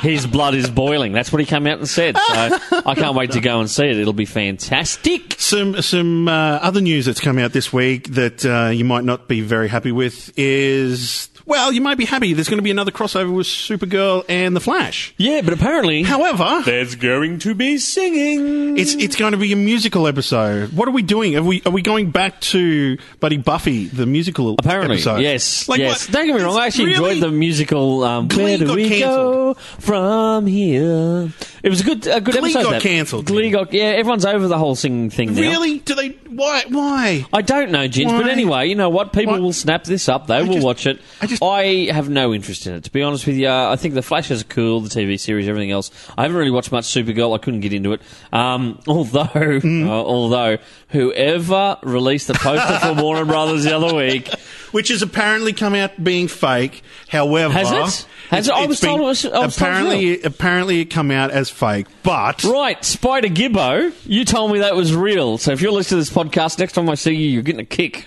his blood is boiling. That's what he came out and said. So I can't wait to go and see it. It'll be fantastic.
Some some uh, other news that's come out this week that uh, you might not be very happy with is well, you might be happy. There's going to be another crossover with Supergirl and the Flash.
Yeah, but apparently
However,
there's going to be singing.
it's it's going to be a musical episode. What are we doing? Are we are we going back to Buddy Buffy the musical
Apparently,
episode?
yes,
Like,
yes.
what?
Don't get me wrong. I
It's
actually
really-
enjoyed the musical. Um,
Glee
Where do
got
we go from here? It was a good, a good
Glee
episode.
got
that.
cancelled,
Glee
didn't
got yeah. Everyone's over the whole singing thing now.
Really? Do they? Why? Why?
I don't know, Jins, but
Why?
anyway, you know what? People
Why?
will snap this up. They will
just-
watch it.
I just-
I have no interest in it, to be honest with you. I think the Flashes are cool, the TV series, everything else. I haven't really watched much Supergirl. I couldn't get into it. Um, [LAUGHS] although,
Mm.
uh, although, whoever released the poster
[LAUGHS]
for Warner Brothers the other week.
Which has apparently come out being fake. However,
Has it? Has
it's-
it? I
it's
was told
been-
it was- I was told it was
apparently apparently it come out as fake, but.
Right, Spider Gibbo, you told me that was real. So if you're listening to this podcast, next time I see you, you're getting a kick.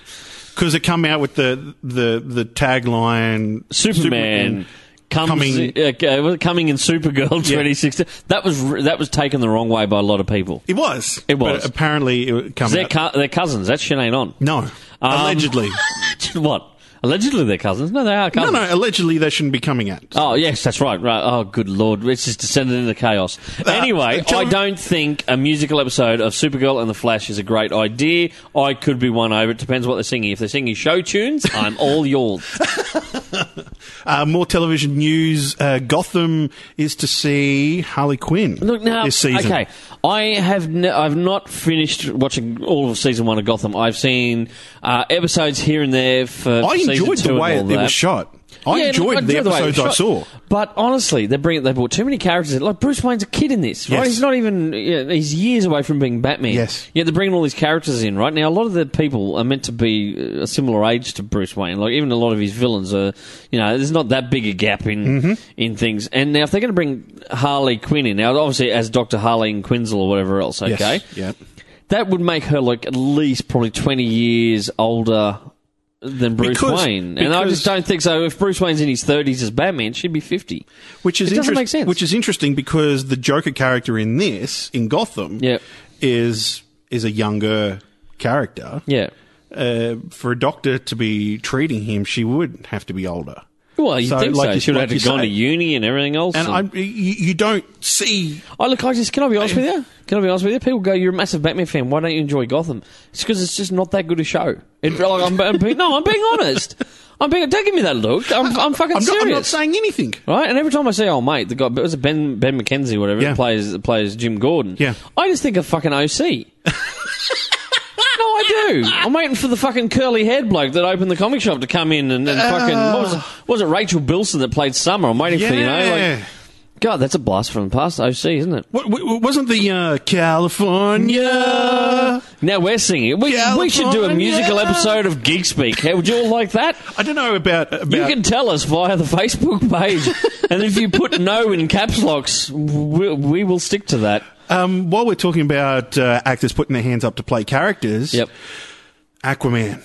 because it come out with the the the tagline
Superman. Comes,
coming-
uh, uh, was it coming in Supergirl 2016. That was r- that was taken the wrong way by a lot of people.
It was.
It was.
But apparently, it come
They're,
out.
cu- they're cousins. That's Sinead on. [LAUGHS]
no, allegedly.
what? Allegedly, they're cousins. No, they are
No,
cousins.
no, allegedly they shouldn't be coming out.
Oh yes, that's right. Right. Oh, good lord, it's just descended into chaos. Anyway,
tell
I
me-
don't think a musical episode of Supergirl and the Flash is a great idea. I could be won over. It depends what they're singing. If they're singing show
[LAUGHS]
tunes, I'm all yours.
Uh, more television news. Uh, Gotham is to see Harley Quinn
Look now,
this season.
okay. I have n I've not finished watching all of season one of Gotham. I've seen uh, episodes here and there for.
I
season
enjoyed
two
the
and
way
all
it was
that.
shot. I
Yeah, look,
enjoyed the
way it was
episodes I
shot.
saw.
But honestly, they bring they brought too many characters. in. Like Bruce Wayne's a kid in this, right?
Yes.
He's not even you know, he's years away from being Batman.
Yes.
Yet they're bringing all these characters in, right? Now a lot of the people are meant to be uh, a similar age to Bruce Wayne. Like even a lot of his villains are, you know, there's not that big a gap in
Mm-hmm.
in things. And now if they're going to bring Harley Quinn in, now obviously as Doctor Harley and Quinzel or whatever else,
Yes.
okay,
Yeah.
that would make her like at least probably 20 years older than Bruce
Because-
Wayne. and I
because-
just don't think so. If Bruce Wayne's in his 30s as Batman, she'd be 50.
Which is
It doesn't
interest-
make sense.
Which is interesting because the Joker character in this in Gotham
Yep.
is is a younger character.
Yeah.
Uh, for a doctor to be treating him, she would have to be older.
Well, you
So,
think
like
so?
you-
Should
like
have had
you
to gone to
say.
uni and everything else.
And
and-
I, you, you don't see.
I look, I just can I be honest with you? Can I be honest with you? People go, "You're a massive Batman fan. Why don't you enjoy Gotham?" It's because it's just not that good a show. It, like, I'm, I'm being, no, I'm being honest. I'm being. Don't give me that look. I'm, I'm fucking
I'm not,
serious.
I'm not saying anything.
Right, and every time I see old mate, the guy, it was it Ben Ben McKenzie, whatever,
Yeah.
who plays who plays Jim Gordon.
Yeah.
I just think of fucking OC. no,
[LAUGHS]
I do. I'm waiting for the fucking curly haired bloke that opened the comic shop to come in and, and fucking what
Uh.
was, it, was it Rachel Bilson that played Summer? I'm waiting for you know, like, God, that's a blast from the past. OC, isn't it?
What, what- what- wasn't the uh, California?
Now we're singing. We, we should do a musical
California.
episode of Geek Speak. How would you all like that?
I don't know about
You
about.
can tell us via the Facebook [LAUGHS] page, and if you put "no" in caps locks, we, we will stick to that.
um, while we're talking about uh, actors putting their hands up to play characters,
Yep.
Aquaman,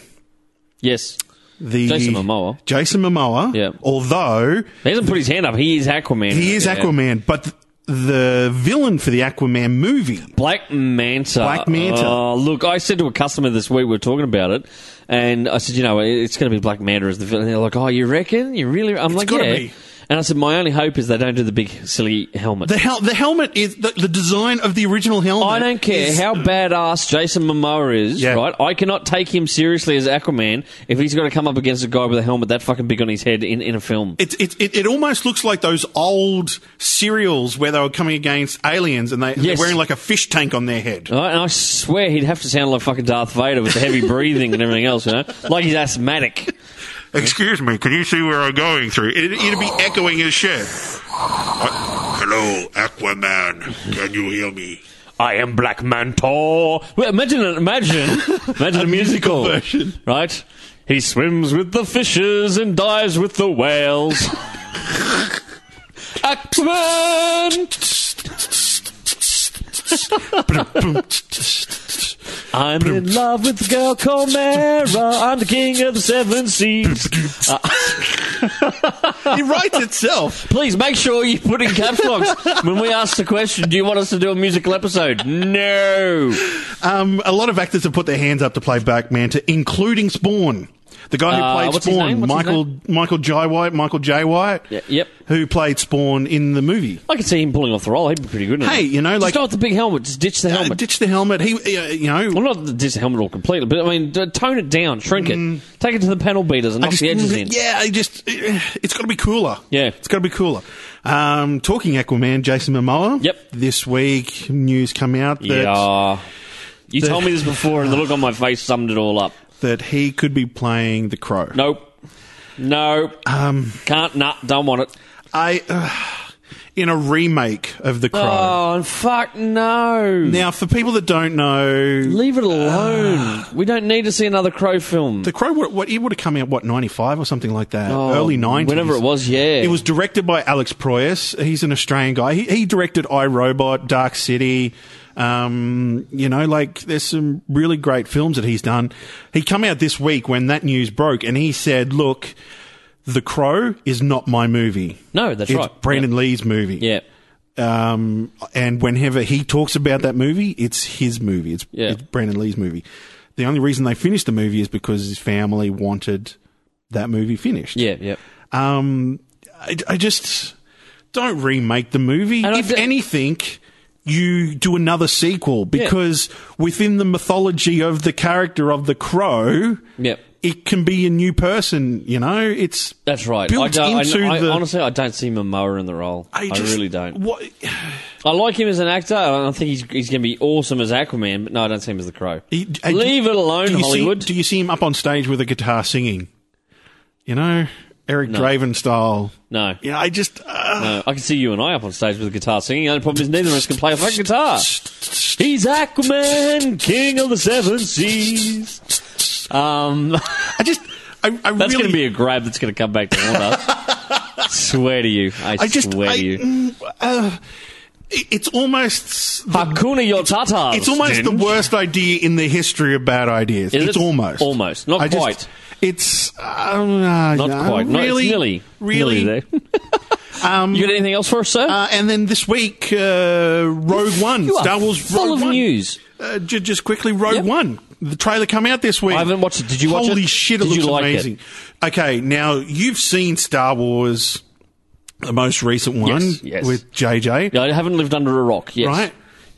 Yes.
the
Jason Momoa.
Jason Momoa.
Yeah.
Although
He hasn't put his hand up. He is Aquaman.
he is
Yeah.
Aquaman, but th- the villain for the Aquaman movie.
Black Manta.
Black Manta.
Oh, look, I said to a customer this week, we were talking about it, and I said, you know, it's going to be Black Manta as the villain. They're like, oh, you reckon? You really? I'm like,
gotta
yeah.
be.
And I said, my only hope is they don't do the big, silly helmet.
The hel- the helmet is the, the design of the original helmet.
I don't care
is-
how badass Jason Momoa is,
Yeah.
right? I cannot take him seriously as Aquaman if he's got to come up against a guy with a helmet that fucking big on his head in, in a film.
It, it, it, it almost looks like those old serials where they were coming against aliens and they, they're
Yes.
wearing like a fish tank on their head.
Right, and I swear he'd have to sound like fucking Darth Vader with the heavy [LAUGHS] breathing and everything else, you know? Like he's asthmatic.
Excuse me, can you see where I'm going through? It, it'd be echoing his [SIGHS] shit.
Hello, Aquaman. Can you hear me?
I am Black Mantor. Well, imagine, [LAUGHS] imagine, imagine a, musical,
version.
right? He swims with the fishes and dives with the whales. [LAUGHS] Axman, I'm in love with the girl called Mara. I'm the king of the seven seas.
it writes itself.
Please make sure you put in caps locks when we ask the question. Do you want us to do a musical episode? No.
Um, a lot of actors have put their hands up to play Black Manta, including Spawn. The guy who
Uh,
played
what's his
Spawn,
name? What's his
Michael Michael J. White, Michael J. White,
Y- yep.
who played Spawn in the movie.
I could see him pulling off the role. He'd be pretty good. in it.
Hey, you know,
Just
like-
not with the big helmet. Just ditch the
Uh,
helmet.
ditch the helmet. He, uh, you know,
well, not ditch the helmet all completely, but I mean, d- tone it down, shrink it, take it to the panel beaters, and knock the edges in.
Mm. Yeah, I just uh, it's got to be cooler.
Yeah.
it's got to be cooler. Um, talking Aquaman, Jason Momoa.
Yep.
This week, news come out that
Yeah. You
The-
told me this before, and the look on my face summed it all up.
that he could be playing the Crow.
Nope. Nope. Um, Can't. Nah. Don't want it.
I uh, in a remake of the Crow.
Oh, and fuck no.
Now, for people that don't know,
Leave it alone. we don't need to see another Crow film.
uh, the Crow what, what it would have come out what ninety five or something like that,
Oh,
early nineties,
whenever it was, yeah.
It was directed by Alex Proyas. He's an Australian guy. He, he directed I Robot, Dark City. Um, you know, like there's some really great films that he's done. He come out this week when that news broke, and he said, "Look, The Crow is not my movie.
No, that's
it's
right.
Brandon Lee's movie.
yeah.
Um, and whenever he talks about that movie, it's his movie. It's,
Yeah.
it's Brandon Lee's movie. The only reason they finished the movie is because his family wanted that movie finished.
Yeah. Yeah.
Um, I, I just don't remake the movie.
And I
if
d-
anything, you do another sequel because within the mythology of the character of the crow,
Yep.
it can be a new person. You know, it's
That's right. I,
Built
don't,
into
I, I,
the-
honestly, I don't see Momoa in the role. I,
just-
really don't.
What,
I like him as an actor. and I think he's, he's going to be awesome as Aquaman, but no, I don't see him as the Crow.
He- uh, do-
Leave it alone,
do you see-
Hollywood.
do you see him up on stage with a guitar singing? You know, Eric Draven style.
no.
Yeah, I just. Uh,
No, I can see you and I up on stage with a guitar singing. The only problem is neither of us can play a fucking guitar. He's Aquaman, king of the seven seas. Um, [LAUGHS]
I just. I, I
that's
really.
going to be a grab that's going to come back to haunt us.
[LAUGHS]
swear to you, I,
I just.
swear
I,
to you.
mm, uh, it- it's almost.
Hakuna Yotata.
It's almost the worst idea in the history of bad ideas.
Is
it's
it?
almost.
Almost. Not
I just-
quite.
it's. Um, uh,
Not
no,
quite. No, it's
Really.
nearly.
Really. [LAUGHS]
Nearly
Um,
there. you got anything else for us, sir?
uh, and then this week, uh, Rogue One,
you are
Star Wars
full
Rogue
of
One.
news.
Uh, ju- just quickly, Rogue
Yep.
One the trailer come out this week.
I haven't watched it. Did you watch it?
Holy shit, it
Did you
looks
like it?
amazing. Okay, now you've seen Star Wars, the most recent one
Yes, yes.
with JJ,
I haven't lived under a rock. Yes.
right?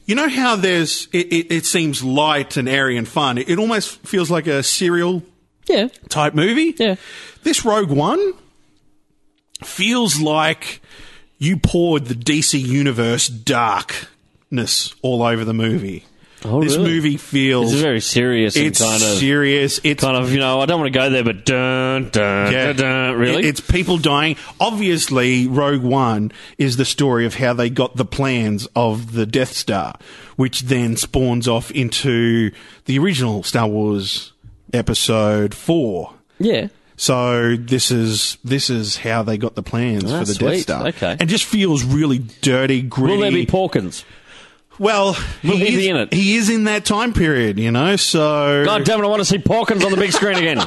You know how there's it, it, it seems light and airy and fun. It, it almost feels like a serial
Yeah.
type movie.
Yeah.
This Rogue One feels like you poured the DC universe darkness all over the movie.
Oh,
this
really?
movie feels
It's very serious and
it's
kind of
serious.
[LAUGHS]
It's
kind of you know I don't want to go there, but dun dun
yeah.
dun, dun really.
It- it's people dying. Obviously, Rogue One is the story of how they got the plans of the Death Star, which then spawns off into the original Star Wars Episode Four.
yeah.
So this is this is how they got the plans
Ah,
for the Death
sweet.
Star.
Okay.
and just feels really dirty, gritty.
Will there be Porkins?
well,
Will
he
he
is,
be in it?
he is in that time period, you know. So
God damn it! I want to see Porkins on the big screen
[LAUGHS]
again.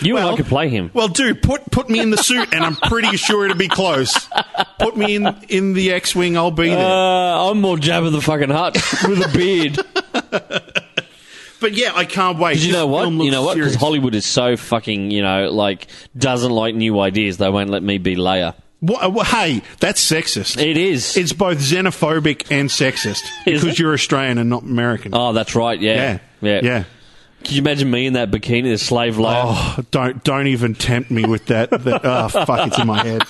You and I could play him.
Well, dude, put put me in the suit, and I'm pretty sure it'll be close. Put me in in the X-wing, I'll be there.
Uh, I'm more Jabba the fucking Hut with a
[LAUGHS]
beard.
but yeah, I can't wait.
Because you
This
know what?
film looks
You know what? Because
serious.
Hollywood is so fucking, you know, like, doesn't like new ideas. They won't let me be Leia.
Wha- uh, wha- hey, that's sexist.
It is.
It's both xenophobic and sexist
Is
because
it?
you're Australian and not American.
oh, that's right. Yeah.
yeah,
Yeah.
yeah.
Could you imagine me in that bikini, the slave Leia?
Oh, don't don't even tempt me
[LAUGHS]
with that. that oh, fuck, it's in my head.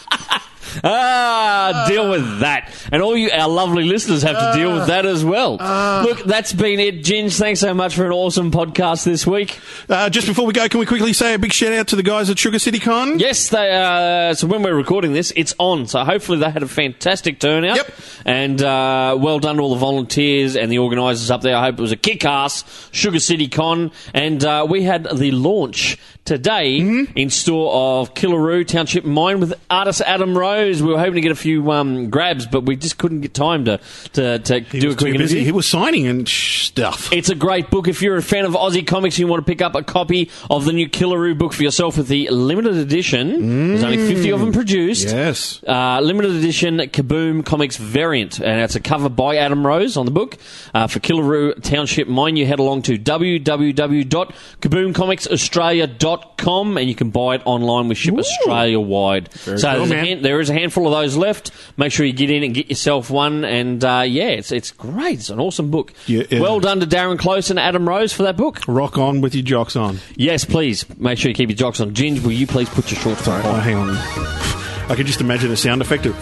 Ah, deal with that. And all you, our lovely listeners have to deal with that as well.
Ah.
Look, that's been it. Ginge, thanks so much for an awesome podcast this week.
Uh, just before we go, can we quickly say a big shout out to the guys at Sugar City Con?
Yes, they. Uh, so when we're recording this, it's on. So hopefully they had a fantastic turnout.
Yep.
And uh, well done to all the volunteers and the organisers up there. I hope it was a kick-ass Sugar City Con. And uh, we had the launch today
Mm-hmm.
in store of Killaroo Township Mine with artist Adam Rose. We were hoping to get a few um, grabs, but we just couldn't get time to to, to do a
was
quick
too busy.
interview.
He was signing and sh- stuff.
It's a great book. If you're a fan of Aussie comics and you want to pick up a copy of the new Killaroo book for yourself with the limited edition, there's only 50 of them produced.
Yes.
Uh, limited edition Kaboom Comics variant, and it's a cover by Adam Rose on the book. Uh, for Killaroo Township Mine, you head along to www.kaboomcomicsaustralia.com and you can buy it online. We ship Australia wide. So
cool,
there's a
man.
hand, there is a handful of those left. Make sure you get in and get yourself one. And uh, yeah, it's it's great. It's an awesome book.
Yeah, yeah.
Well done to Darren Close and Adam Rose for that book.
Rock on with your jocks on.
Yes, please make sure you keep your jocks on. Ginge, will you please put your shorts
Sorry,
on?
oh, hang on. I can just imagine a sound effect of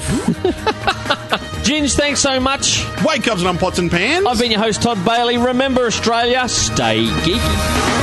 Ginge, thanks so much.
wake ups and on pots and pans.
I've been your host, Todd Bailey. Remember, Australia, stay geeky.